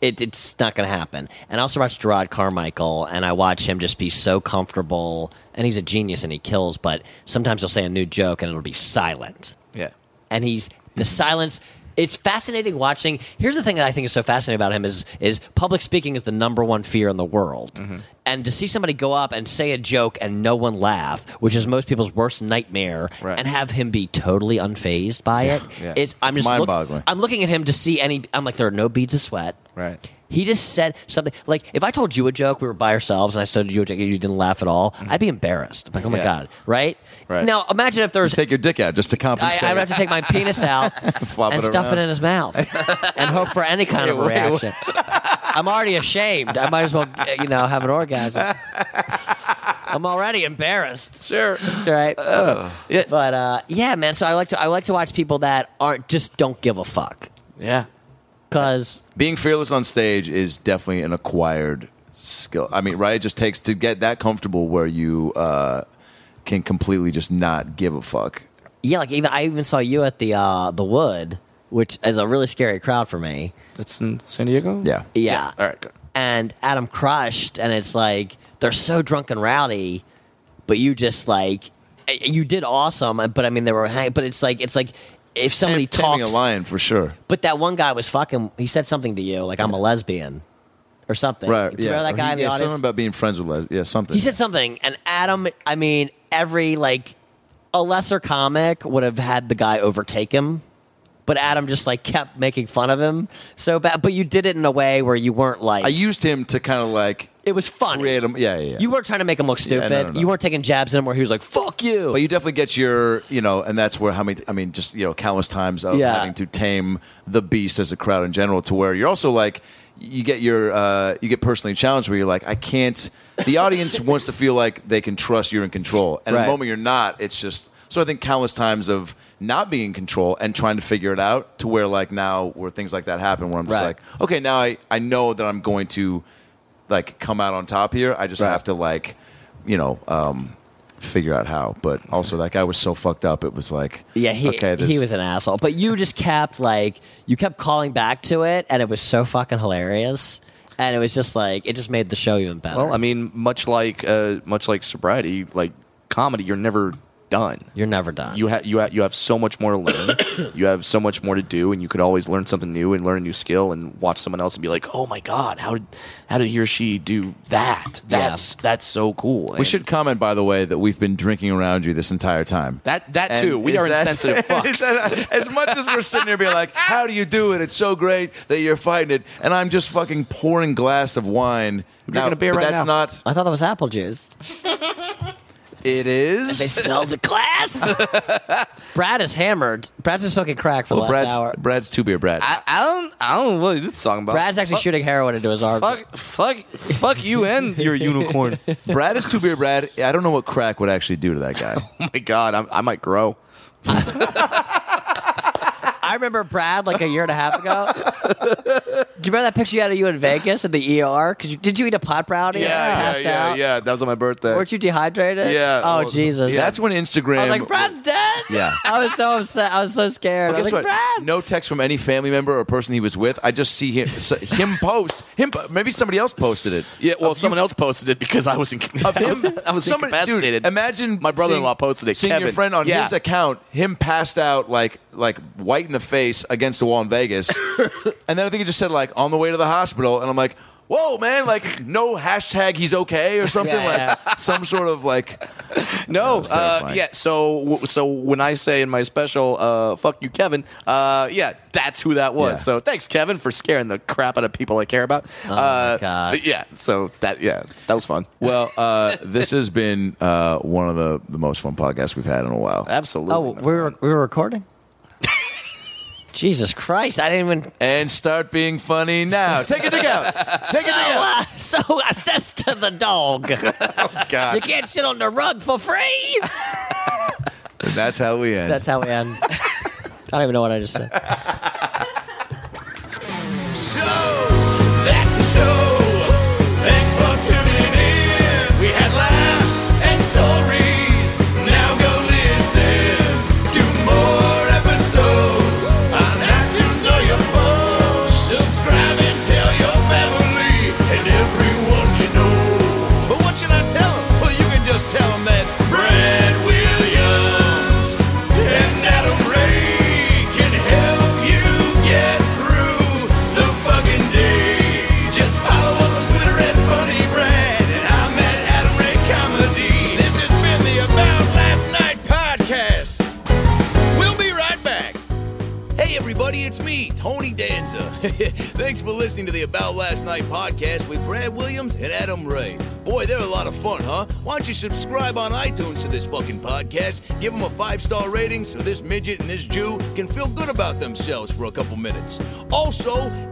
it, it's not going to happen. And I also watch Gerard Carmichael, and I watch him just be so comfortable. And he's a genius, and he kills. But sometimes he'll say a new joke, and it'll be silent. Yeah. And he's the silence. It's fascinating watching. Here's the thing that I think is so fascinating about him is is public speaking is the number one fear in the world. Mm-hmm. And to see somebody go up and say a joke and no one laugh, which is most people's worst nightmare, Right. and have him be totally unfazed by it, yeah. it's I'm It's just look- mind-boggling. I'm looking at him to see any. I'm like, there are no beads of sweat. Right. He just said something like, if I told you a joke, we were by ourselves, and I told you a joke, and you didn't laugh at all, Mm-hmm. I'd be embarrassed. I'm like, oh my Yeah. god, right? Right. Now imagine if there's. take your dick out just to I, compensate. I would have to take my penis out Flop and it stuff around. it in his mouth and hope for any kind of Wait, wait, wait. reaction. I'm already ashamed. I might as well, you know, have an orgasm. I'm already embarrassed Sure. right? Yeah. But uh, yeah, man. So I like to I like to watch people that aren't just don't give a fuck Yeah. because Being fearless on stage is definitely an acquired skill. I mean, right? It just takes to get that comfortable where you uh, can completely just not give a fuck. yeah, like even I even saw you at the uh, the Wood, which is a really scary crowd for me. That's in San Diego? Yeah. Yeah. All right, good. And Adam crushed, and it's like they're so drunk and rowdy, but you just like you did awesome. But I mean, they were hang- but it's like it's like if somebody Taming talks a lion for sure. But that one guy was fucking. He said something to you like, "I'm a lesbian," or something. Right. Do you yeah. remember that Or guy he- in the yeah, audience? Something about being friends with Les. Yeah, something. He said something, and Adam, I mean, every like a lesser comic would have had the guy overtake him, but Adam just like kept making fun of him so bad. But you did it in a way where you weren't like I used him to kind of like it was funny. create him. Yeah, yeah. yeah. You weren't trying to make him look Yeah, no, stupid. no, no. You weren't taking jabs at him where he was like "fuck you." But you definitely get your, you know, and that's where how many, I mean, just, you know, countless times of Yeah. having to tame the beast as a crowd in general to where you're also like, you get your, uh, you get personally challenged where you're like, I can't, the audience wants to feel like they can trust you're in control. And Right. the moment you're not, it's just, so I think countless times of not being in control and trying to figure it out to where like now where things like that happen where I'm just Right. like, okay, now I, I know that I'm going to like come out on top here. I just Right. have to like, you know, um, figure out how. But also that guy was so fucked up. It was like, yeah, he, this- he was an asshole. But you just kept like you kept calling back to it, and it was so fucking hilarious. And it was just like it just made the show even better. Well, I mean, much like uh, much like sobriety, like comedy, you're never done. you're never done. You have you have you have so much more to learn. you have so much more to do, and you could always learn something new and learn a new skill and watch someone else and be like, "Oh my god, how did how did he or she do that? That's that's so cool." We should comment, by the way, that we've been drinking around you this entire time. that that And too. We is are that- insensitive is fucks. that- as much as we're sitting here being like, "How do you do it? It's so great that you're fighting it," and I'm just fucking pouring glass of wine. I'm drinking a beer right that's now. not. I thought that was apple juice. It is. smell the class. Brad is hammered. Brad's just smoking crack for the Well, last Brad's hour. Brad's two beer Brad. I, I don't I don't know what you're talking about. Brad's actually Fuck- shooting heroin into his arm. Fuck, fuck, fuck you and your unicorn. oh Brad is two beer Brad. I don't know what crack would actually do to that guy. my god, I'm, I might grow. I remember Brad like a year and a half ago. Do you remember that picture you had of you in Vegas at the ER? 'Cause you, did you eat a pot brownie? and Yeah, yeah, passed yeah, out? yeah. That was on my birthday. Weren't you dehydrated? Yeah, Oh well, Jesus. That's when Instagram. I was like, Brad's dead. Yeah. I was so upset. I was so scared. Well, I was guess like, what? Brad. No text from any family member or person he was with. I just see him so- him post him. po- Maybe somebody else posted it. Yeah, well, someone else posted it because I was in. Of him, I was somebody, incapacitated. Dude, imagine My brother-in-law seeing- posted it, Seeing your Kevin. friend on Yeah. his account, him passed out like like white in the face against the wall in Vegas, and then I think he just said like on the way to the hospital, and I'm like, whoa, man, like no hashtag he's okay or something Yeah, like some sort of like no, was uh, terrifying. yeah. So, w- so when I say in my special, uh, "fuck you, Kevin," uh, yeah, that's who that was. Yeah. So, thanks, Kevin, for scaring the crap out of people I care about. Oh uh, God. but Yeah. So that yeah, that was fun. Well, uh, this has been uh, one of the, the most fun podcasts we've had in a while. Absolutely. Oh, we were we were recording. Jesus Christ! I didn't even And start being funny now. Take a dig out. Take a dig so, out. uh, so I says to the dog, God. "You can't sit on the rug for free." And that's how we end. That's how we end. I don't even know what I just said. That's the show. Thanks for tuning in. We had laughs and stories. Now go listen to more episodes on iTunes or your phone. Subscribe and tell your family and everyone you know. But what should I tell them? Well, you can just tell them that Brad Williams and Adam Ray can help you get through the fucking day. Just follow us on Twitter at Funny Brad, and I'm at Adam Ray Comedy. This has been the About Last Night podcast. We'll be right back. Hey, everybody, it's me, Tony Danza. Thanks for listening to the About Last Night podcast with Brad Williams and Adam Ray. Boy, they're a lot of fun, huh? Why don't you subscribe on iTunes to this fucking podcast? Give them a five star rating so this midget and this Jew can feel good about themselves for a couple minutes. Also,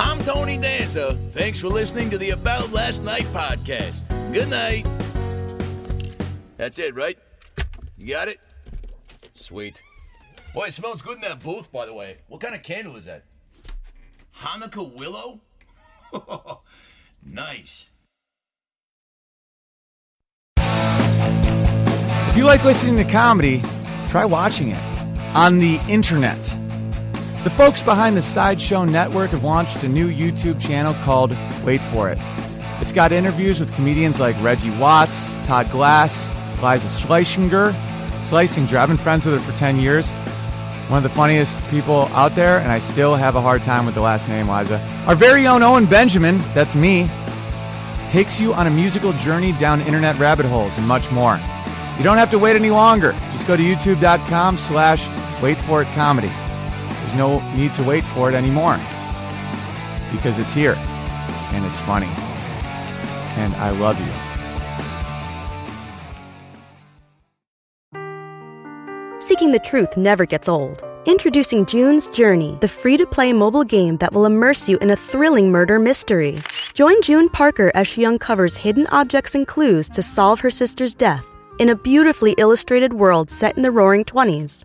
I'm Tony Danza. Thanks for listening to the About Last Night podcast. Good night. That's it, right? You got it? Sweet. Boy, it smells good in that booth, by the way. What kind of candle is that? Hanukkah willow? Nice. If you like listening to comedy, try watching it on the internet. The folks behind the Sideshow Network have launched a new YouTube channel called Wait For It. It's got interviews with comedians like Reggie Watts, Todd Glass, Liza Schleichinger, Schlesinger. I've been friends with her for 10 years. One of the funniest people out there, and I still have a hard time with the last name, Liza. Our very own Owen Benjamin, that's me, takes you on a musical journey down internet rabbit holes and much more. You don't have to wait any longer. Just go to youtube.com slash wait for it comedy. There's no need to wait for it anymore because it's here and it's funny. And I love you. Seeking the truth never gets old. Introducing June's Journey, the free to play mobile game that will immerse you in a thrilling murder mystery. Join June Parker as she uncovers hidden objects and clues to solve her sister's death in a beautifully illustrated world set in the roaring 20s.